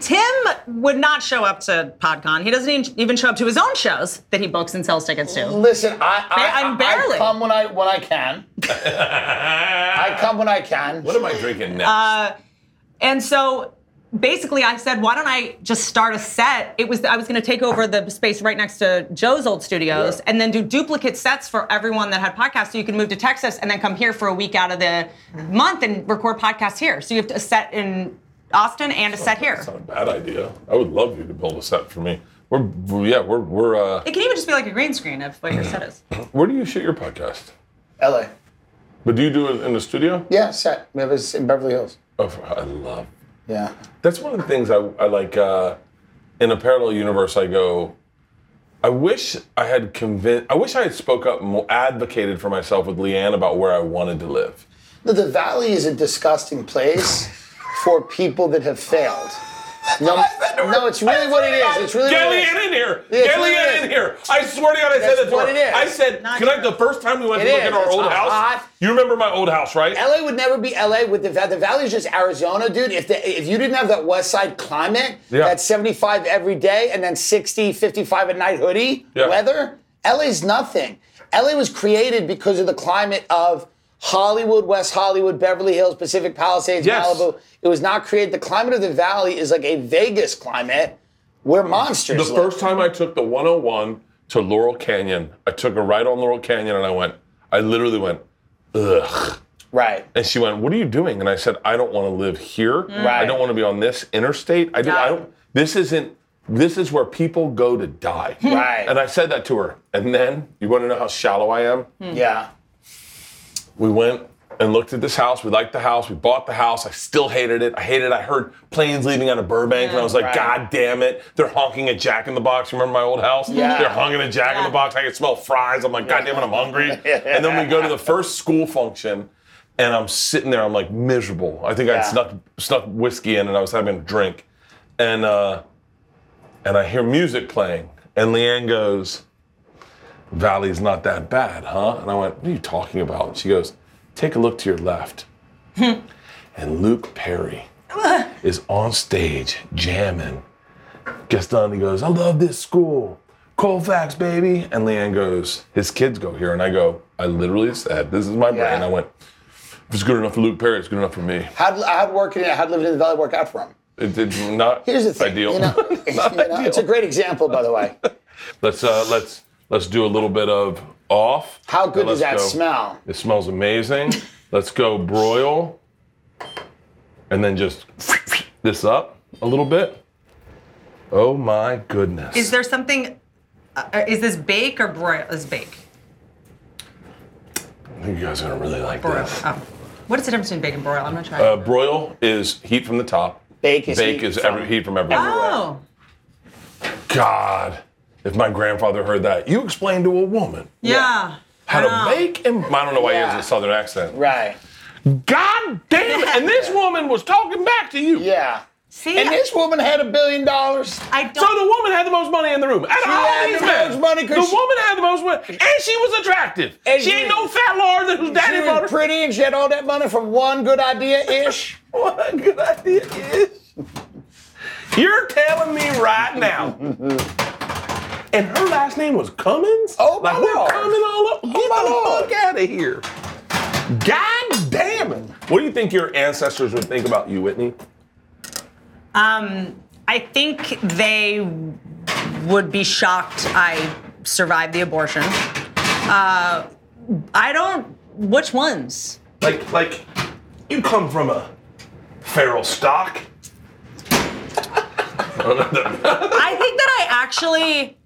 Tim would not show up to PodCon. He doesn't even- even show up to his own shows that he books and sells tickets to.
Listen, I, I,
I'm
I-
barely-
I come when I when I can. I come when I can.
What am I drinking next?
And so basically I said, why don't I just start a set? It was I was gonna take over the space right next to Joe's old studios and then do duplicate sets for everyone that had podcasts so you can move to Texas and then come here for a week out of the month and record podcasts here. So you have to a set in Austin and a set here.
That's not a bad idea. I would love you to build a set for me. We're we're- yeah, we're we're uh
It can even just be like a green screen of what your set is.
where do you shoot your podcast?
LA.
But do you do it in the studio?
Yeah, set. It was in Beverly Hills.
Oh, I love.
Yeah.
That's one of the things I, I like. Uh, in a parallel universe, I go. I wish I had convinced. I wish I had spoke up, and more, advocated for myself with Leanne about where I wanted to live.
No, the Valley is a disgusting place for people that have failed. No, no, it's really what it is. It's really
Get
what it is.
Leanne in here.
Yeah,
Get
it's what it
Leanne
is.
in here. I swear to God, I
That's
said that to
what
her.
it is.
I said,
Not
"Can I?"
true.
The first time we went
It
to look
is.
at our
It's
old
hot.
house, you remember my old house, right?
LA would never be LA with the Valley. The Valley is just Arizona, dude. If the, if you didn't have that West Side climate,
Yeah.
that 75 every day and then 60, 55 at night hoodie
Yeah.
weather, LA's nothing. LA was created because of the climate of Hollywood, West Hollywood, Beverly Hills, Pacific Palisades,
Yes.
Malibu. It was not created. The climate of the Valley is like a Vegas climate. We're monsters.
The
live.
first time I took the 101 to Laurel Canyon, I took a ride on Laurel Canyon and I went, I literally went, ugh.
Right.
And she went, What are you doing? And I said, I don't want to live here. I don't want to be on this interstate. I, do, I don't, this isn't, this is where people go to die.
Right.
And I said that to her. And then, you want to know how shallow I am?
Yeah.
We went and looked at this house. We liked the house. We bought the house. I still hated it. I hated it. I heard planes leaving out of Burbank, and I was like,
Right.
God damn it. They're honking at Jack in the Box. Remember my old house?
Yeah.
They're honking at Jack in the Box. I could smell fries. I'm like, God damn it, I'm hungry. And then we go to the first school function, and I'm sitting there. I'm like, miserable. I think I
Yeah.
snuck, snuck whiskey in, and I was having a drink. And, uh, and I hear music playing, and Leanne goes, Valley's not that bad, huh? And I went, What are you talking about? And she goes, Take a look to your left. and Luke Perry is on stage jamming. Gets done, he goes, I love this school. Colfax, baby. And Leanne goes, His kids go here. And I go, I literally said, This is my brain.
Yeah.
I went, If it's good enough for Luke Perry, it's good enough for me.
How'd, how'd working in, how'd living in the Valley work out for him?
It did not
Here's the thing.
ideal.
You know, you know,
Not ideal.
it's a great example, by the way.
Let's uh, let's let's do a little bit of off.
How good
Now
does
let's
that
go-
smell?
It smells amazing. let's go broil, and then just this up a little bit. Oh my goodness!
Is there something uh, is this bake or broil is bake?
you guys are gonna really like
Broil.
this.
Oh. What is the difference between bake and broil? I'm not trying.
Uh, broil is heat from the top.
Bake is
Bake
heat
is
from-
every, heat from everywhere.
oh.
God, if my grandfather heard that, you explain to a woman
Yeah.
how
Wow.
to bake and I don't know why he
Yeah.
has a southern accent.
Right.
God damn it! And this woman was talking back to you.
Yeah.
See,
And this woman had a billion dollars.
I don't
So the woman had the most money in the room. Out of all
had
these
the
men,
most money 'cause
the
she-
woman had the most money, and she was attractive.
And
she
she-
ain't no fat lord that whose
She
daddy bought her.
was pretty and she had all that money from one good idea ish.
What a good
Oh,
idea is. You're telling me right now. And her last name was Cummins?
Oh, my
like, we're
Lord. Oh,
coming all up. Get the
Lord.
fuck out of here. God damn it. What do you think your ancestors would think about you, Whitney?
Um, I think they would be shocked I survived the abortion. Uh, I don't. Which ones?
Like, like, you come from a feral stock.
I think that I actually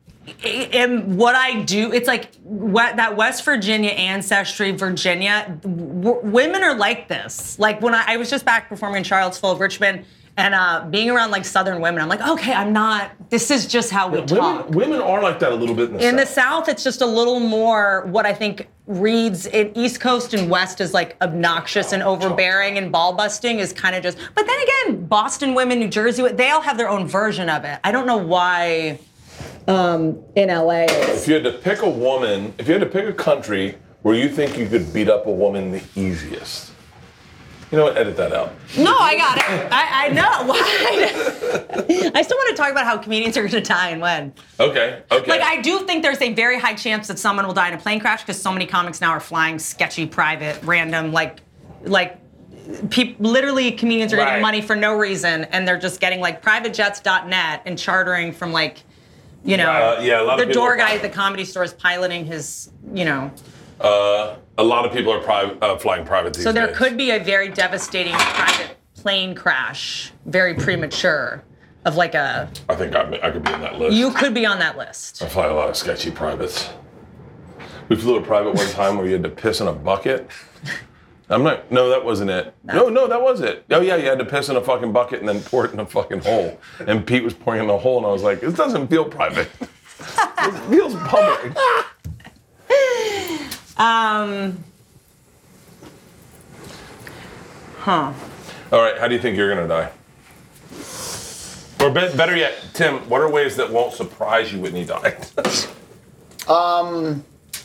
am what I do. It's like what, that West Virginia ancestry, Virginia. W- women are like this. Like when I, I was just back performing in Charlottesville, Richmond, and uh, being around like Southern women, I'm like, okay, I'm not. This is just how we talk.
Women, women are like that a little bit in the
In the
South.
South, it's just a little more what I think reads in East Coast and West is like obnoxious and overbearing, and ball busting is kind of just. But then again, Boston women, New Jersey, they all have their own version of it. I don't know why um, in LA. It's,
If you had to pick a woman, if you had to pick a country where you think you could beat up a woman the easiest, you know what? Edit that out.
no, I got it. I, I know. Why? I still want to talk about how comedians are going to die and when.
Okay. Okay.
Like I do think there's a very high chance that someone will die in a plane crash because so many comics now are flying sketchy, private, random, like, like, peop literally comedians are getting
Right.
money for no reason and they're just getting like privatejets.net and chartering from like, you know,
Uh, yeah, a lot
the
of people
door
are
guy
flying.
at the comedy store is piloting his, you know,
uh, a lot of people are private, uh, flying private these
so there
days.
could be a very devastating private plane crash, very premature, of like a
I think I'm, I could be on that list.
you could be on that list.
I fly a lot of sketchy privates. We flew a private one time where you had to piss in a bucket. I'm not. No, that wasn't it. No, no, that was it. Oh yeah, you had to piss in a fucking bucket and then pour it in a fucking hole. And Pete was pouring it in the hole, and I was like, "This doesn't feel private. this feels public."
Um,
All right, how do you think you're gonna die? Or be- better yet, Tim, what are ways that won't surprise you when you die?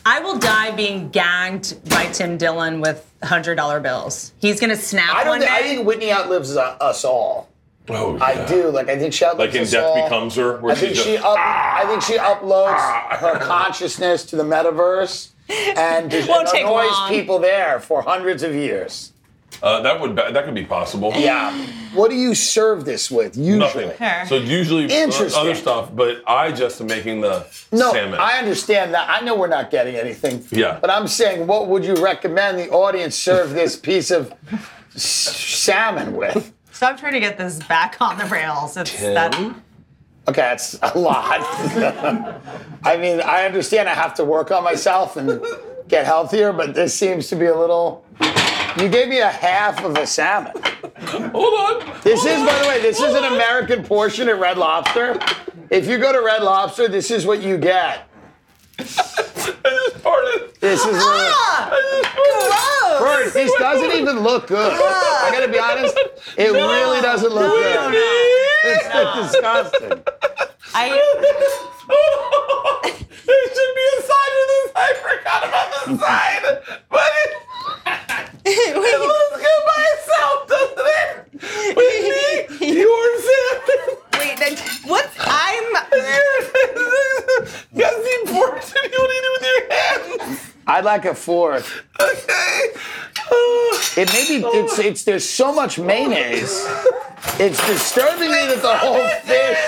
I will die being gagged by Tim Dillon with hundred dollar bills. He's gonna snap
I don't.
one
Think,
day.
I think Whitney outlives uh, us all.
oh,
I do. Like I think she outlives
Like in
us
Death
all.
Becomes Her, where
I think
she
she
just, Ah!
up, I think she uploads her consciousness to the metaverse and just
Won't take
annoys
long.
people there for hundreds of years.
uh, that would be- that could be possible.
Yeah. What do you serve this with usually?
Nothing.
Her.
So usually uh,
Interesting.
other stuff, but I just am making the
No,
salmon.
I understand that. I know we're not getting anything.
Yeah.
But I'm saying, what would you recommend the audience serve this piece of s- salmon with?
so I'm trying to get this back on the rails. It's that
Okay, that's a lot. I mean, I understand I have to work on myself and get healthier, but this seems to be a little. You gave me a half of a salmon.
Hold on.
This is, by the way, this is an American portion at Red Lobster. If you go to Red Lobster, this is what you get.
I just farted.
This is.
Oh,
Ah!
gross.
Bert, this doesn't even look good. I gotta be honest, it really doesn't look good. It's disgusting.
I
There should be a side to this. I forgot about the side, but it, it looks good by itself, doesn't it? With me, you're salmon.
Wait, then what's I'm
That's the important thing you need to do with your hands.
I'd like a fourth.
Okay. Uh,
It may be it's it's there's so much mayonnaise. It's disturbing me that the whole fish.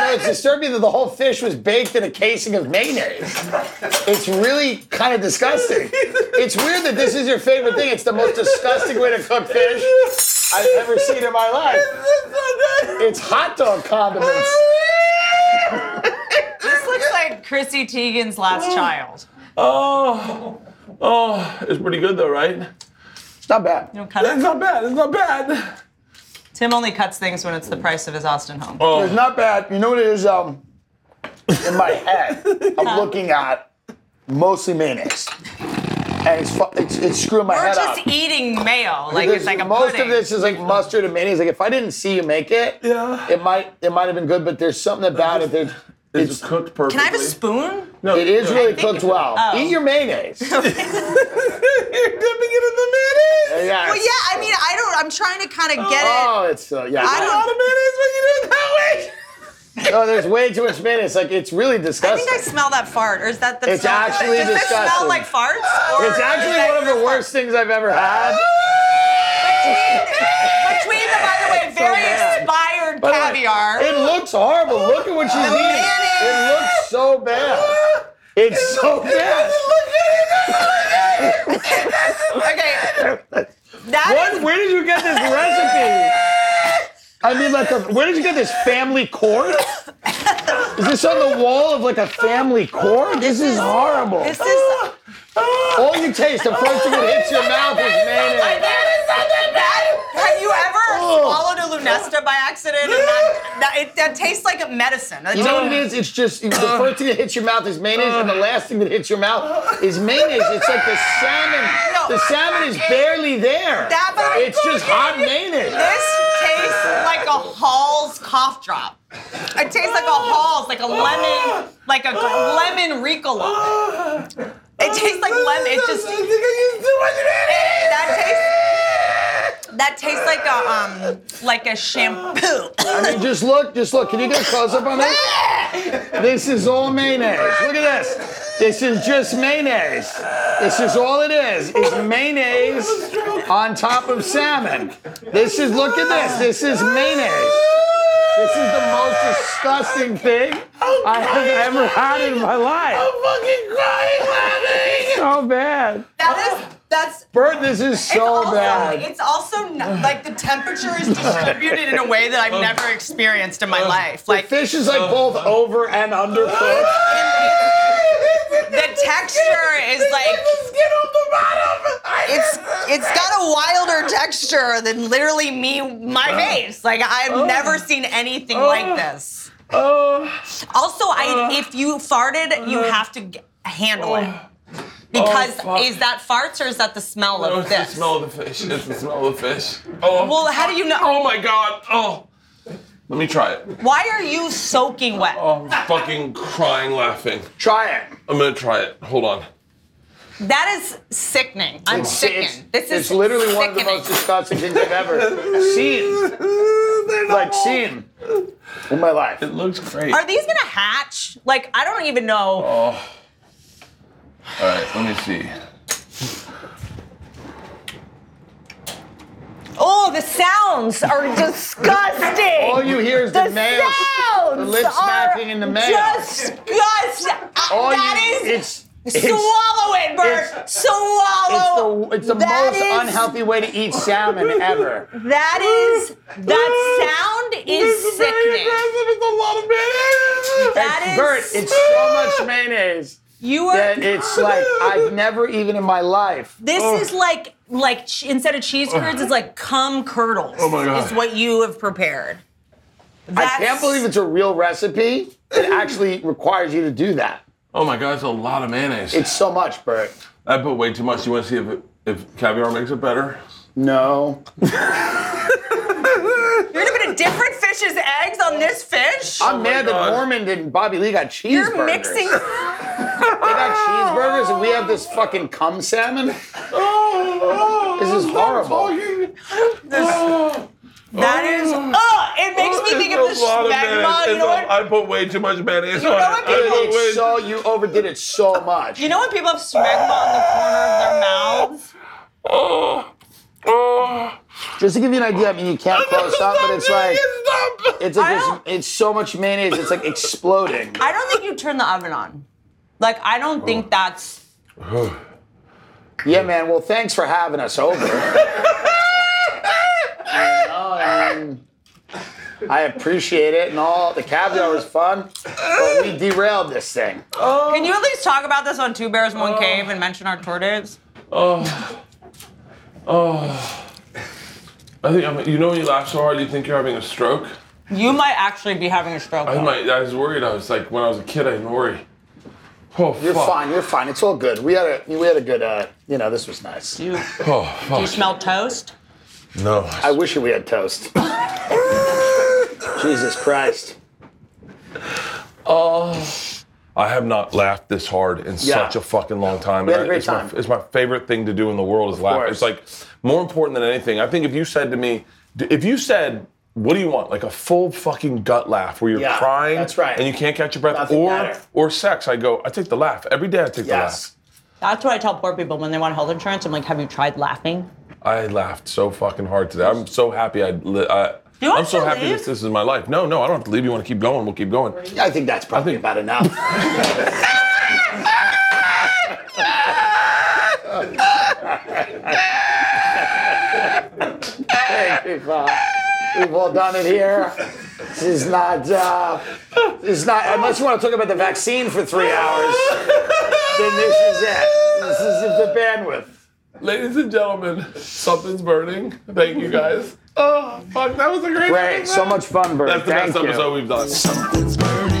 No, it's disturbing that the whole fish was baked in a casing of mayonnaise. It's really kind of disgusting. It's weird that this is your favorite thing. It's the most disgusting way to cook fish I've ever seen in my life. It's hot dog condiments.
this looks like Chrissy Teigen's last child.
Oh, oh, it's pretty good though, right?
It's not bad.
Don't cut it.
not bad. It's not bad.
Tim only cuts things when it's the price of his Austin home.
Oh.
It's not bad. You know what it is? Um, in my head, I'm looking at mostly mayonnaise, and it's fu- it's, it's screwing my
We're
head
just
up.
eating mayo, like
This-
it's like a
most
pudding.
of this is like mustard and mayonnaise. Like if I didn't see you make it,
Yeah.
it might it might have been good. But there's something about it. There's,
It's,
it's
cooked perfectly.
Can I have a spoon?
No,
it is
no.
really cooked well.
Oh.
Eat your mayonnaise.
You're dipping it in the mayonnaise.
yeah.
Well, yeah, I mean, I don't. I'm trying to kind of get it.
Oh, it's uh, yeah.
I
A lot
don't.
of mayonnaise when you do it that way.
No, there's way too much mayonnaise. Like it's really
I
disgusting.
think I smell that fart, or is that the?
It's
smell?
actually
Does this
disgusting.
smell like farts? Or
it's
is that
actually one of
your
the worst things I've ever had.
fart?
Between the, by the way, very
bad.
expired
By the way,
caviar.
It looks horrible. Look at what she's eating. It looks so bad. It's so bad.
okay. That
What?
is
Where did you get this recipe? I mean, like, a, where did you get this family court? Is this on the wall of like a family court? This is horrible.
this is
All you taste, the first thing that hits your mouth is mayonnaise.
Have you ever
Oh.
swallowed a Lunesta by accident? And that, that, it, that tastes like medicine. That
You know
tastes-
what it is? It's just the first thing that hits your mouth is mayonnaise, and the last thing that hits your mouth is mayonnaise. It's like the salmon.
No.
The salmon is barely there.
That- but-
It's just hot mayonnaise.
This tastes like a Hall's cough drop. It tastes like a Hall's, like a lemon, like a lemon Ricola. It tastes like lemon. It just that tastes that tastes like a um like a shampoo.
I mean, just look, just look. Can you get a close up on this? This is all mayonnaise. Look at this. This is just mayonnaise. This is all it is. It's mayonnaise on top of salmon. This is, look at this. This is mayonnaise. This is the most disgusting thing I have ever had in my life. I'm fucking crying, So bad.
That is that's
Bert, this is
It's
so
also,
bad.
It's also not, like the temperature is distributed in a way that
Oh.
I've never experienced in my life. Like the
Fish is like both over and undercooked.
texture is like It's it's got a wilder texture than literally me my face. Like I've never seen anything like this. also, I if you farted, you have to g-
Oh,
handle it. Because
fuck.
is that farts or is that the smell
Oh,
of
it's
this?
the smell of the fish. It's the smell of the fish. Oh.
Well, how do you know?
Oh my god. Oh. Let me try it.
Why are you soaking wet?
Oh, I'm fucking crying laughing.
Try it.
I'm gonna try it. Hold on.
That is sickening. I'm sickened. This is
it's literally one of the
sickening.
most disgusting things I've ever seen. Like seen in my life.
It looks great.
Are these gonna hatch? Like I don't even know.
Oh. All right, let me see.
Oh, the sounds are disgusting.
All you hear is the,
the
mail,
sounds
the lip
are
smacking in the mail.
Disgusting.
All
that
you,
is
it's it's,
swallow it, Bert.
it's-
swallow.
it's the it's the
That
most
is-
unhealthy way to eat salmon ever.
That is that sound is sickening. That is
Bert, it's so much mayonnaise
you are.
that it's like oh. I've never even in my life.
This is like like ch- instead of cheese curds, it's like cum curdles. Oh
my God.
Is what you have prepared.
I can't believe it's a real recipe that actually requires you to do that.
Oh my god, it's a lot of mayonnaise.
It's so much, Bert.
I put way too much. You want to see if it, if caviar makes it better?
No.
You're gonna put a different fish's eggs on this fish.
I'm
my
mad
God.
that Norman and Bobby Lee got cheeseburgers.
Oh You're mixing.
They got cheeseburgers and we have this fucking cum salmon.
Oh,
This is horrible.
That is.
Oh.
Ugh! It makes me think of the smegma. You know what?
I put way too much mayonnaise
You
on
know
it.
what people-
I put way
It's so you overdid it so much.
You know when people have smegma on the corner of their mouths?
Oh, oh.
Just to give you an idea, I mean you can't close up, but it's like
Stop.
it's like
I
this,
don't-
it's so much mayonnaise, it's like exploding.
I don't think you turn the oven on. Like I don't
Oh.
think that's.
Yeah, man. Well, thanks for having us over. You know, I mean, Um, I appreciate it and all. The caviar was fun, but we derailed this thing.
Can you at least talk about this on Two Bears One
Oh.
Cave and mention our tour dates?
I think I'm, you know when you laugh so hard, you think you're having a stroke.
You might actually be having a stroke.
I
though.
might. I was worried. I was like, when I was a kid, I didn't worry. Oh,
You're
fuck.
fine. You're fine. It's all good. We had a we had a good. Uh, you know, this was nice.
You,
Oh, fuck.
you smell toast?
No.
I wish we had toast. Jesus Christ.
I have not laughed this hard in
Yeah.
such a fucking long time.
We had a
And I-
great
it's,
time.
My, it's my favorite thing to do in the world is laugh.
course.
It's like more important than anything. I think if you said to me, d- if you said, what do you want? Like a full fucking gut laugh where you're
Yeah,
crying
that's right.
and you can't catch your breath,
Nothing
or
better.
or sex. I go, I take the laugh every day. I take
Yes.
That's what I tell poor people when they want health insurance. I'm like, have you tried laughing?
the laugh. I laughed so fucking hard today. I'm so happy I. Li- I
You
I'm
want
so
to
happy
leave?
this, this is my life. No, no, I don't have to leave. You want to keep going? We'll keep going.
I think that's probably about enough. Thank you, Bob. We've all done it here. This is not. Uh, this is not. Unless you want to talk about the vaccine for three hours, then this is it. This is the bandwidth.
Ladies and gentlemen, something's burning. Thank you guys. Oh, fuck, that was a great
Great. So
episode.
much fun, Bert.
That's the
Thank
best
you.
episode we've done.
Something's burning.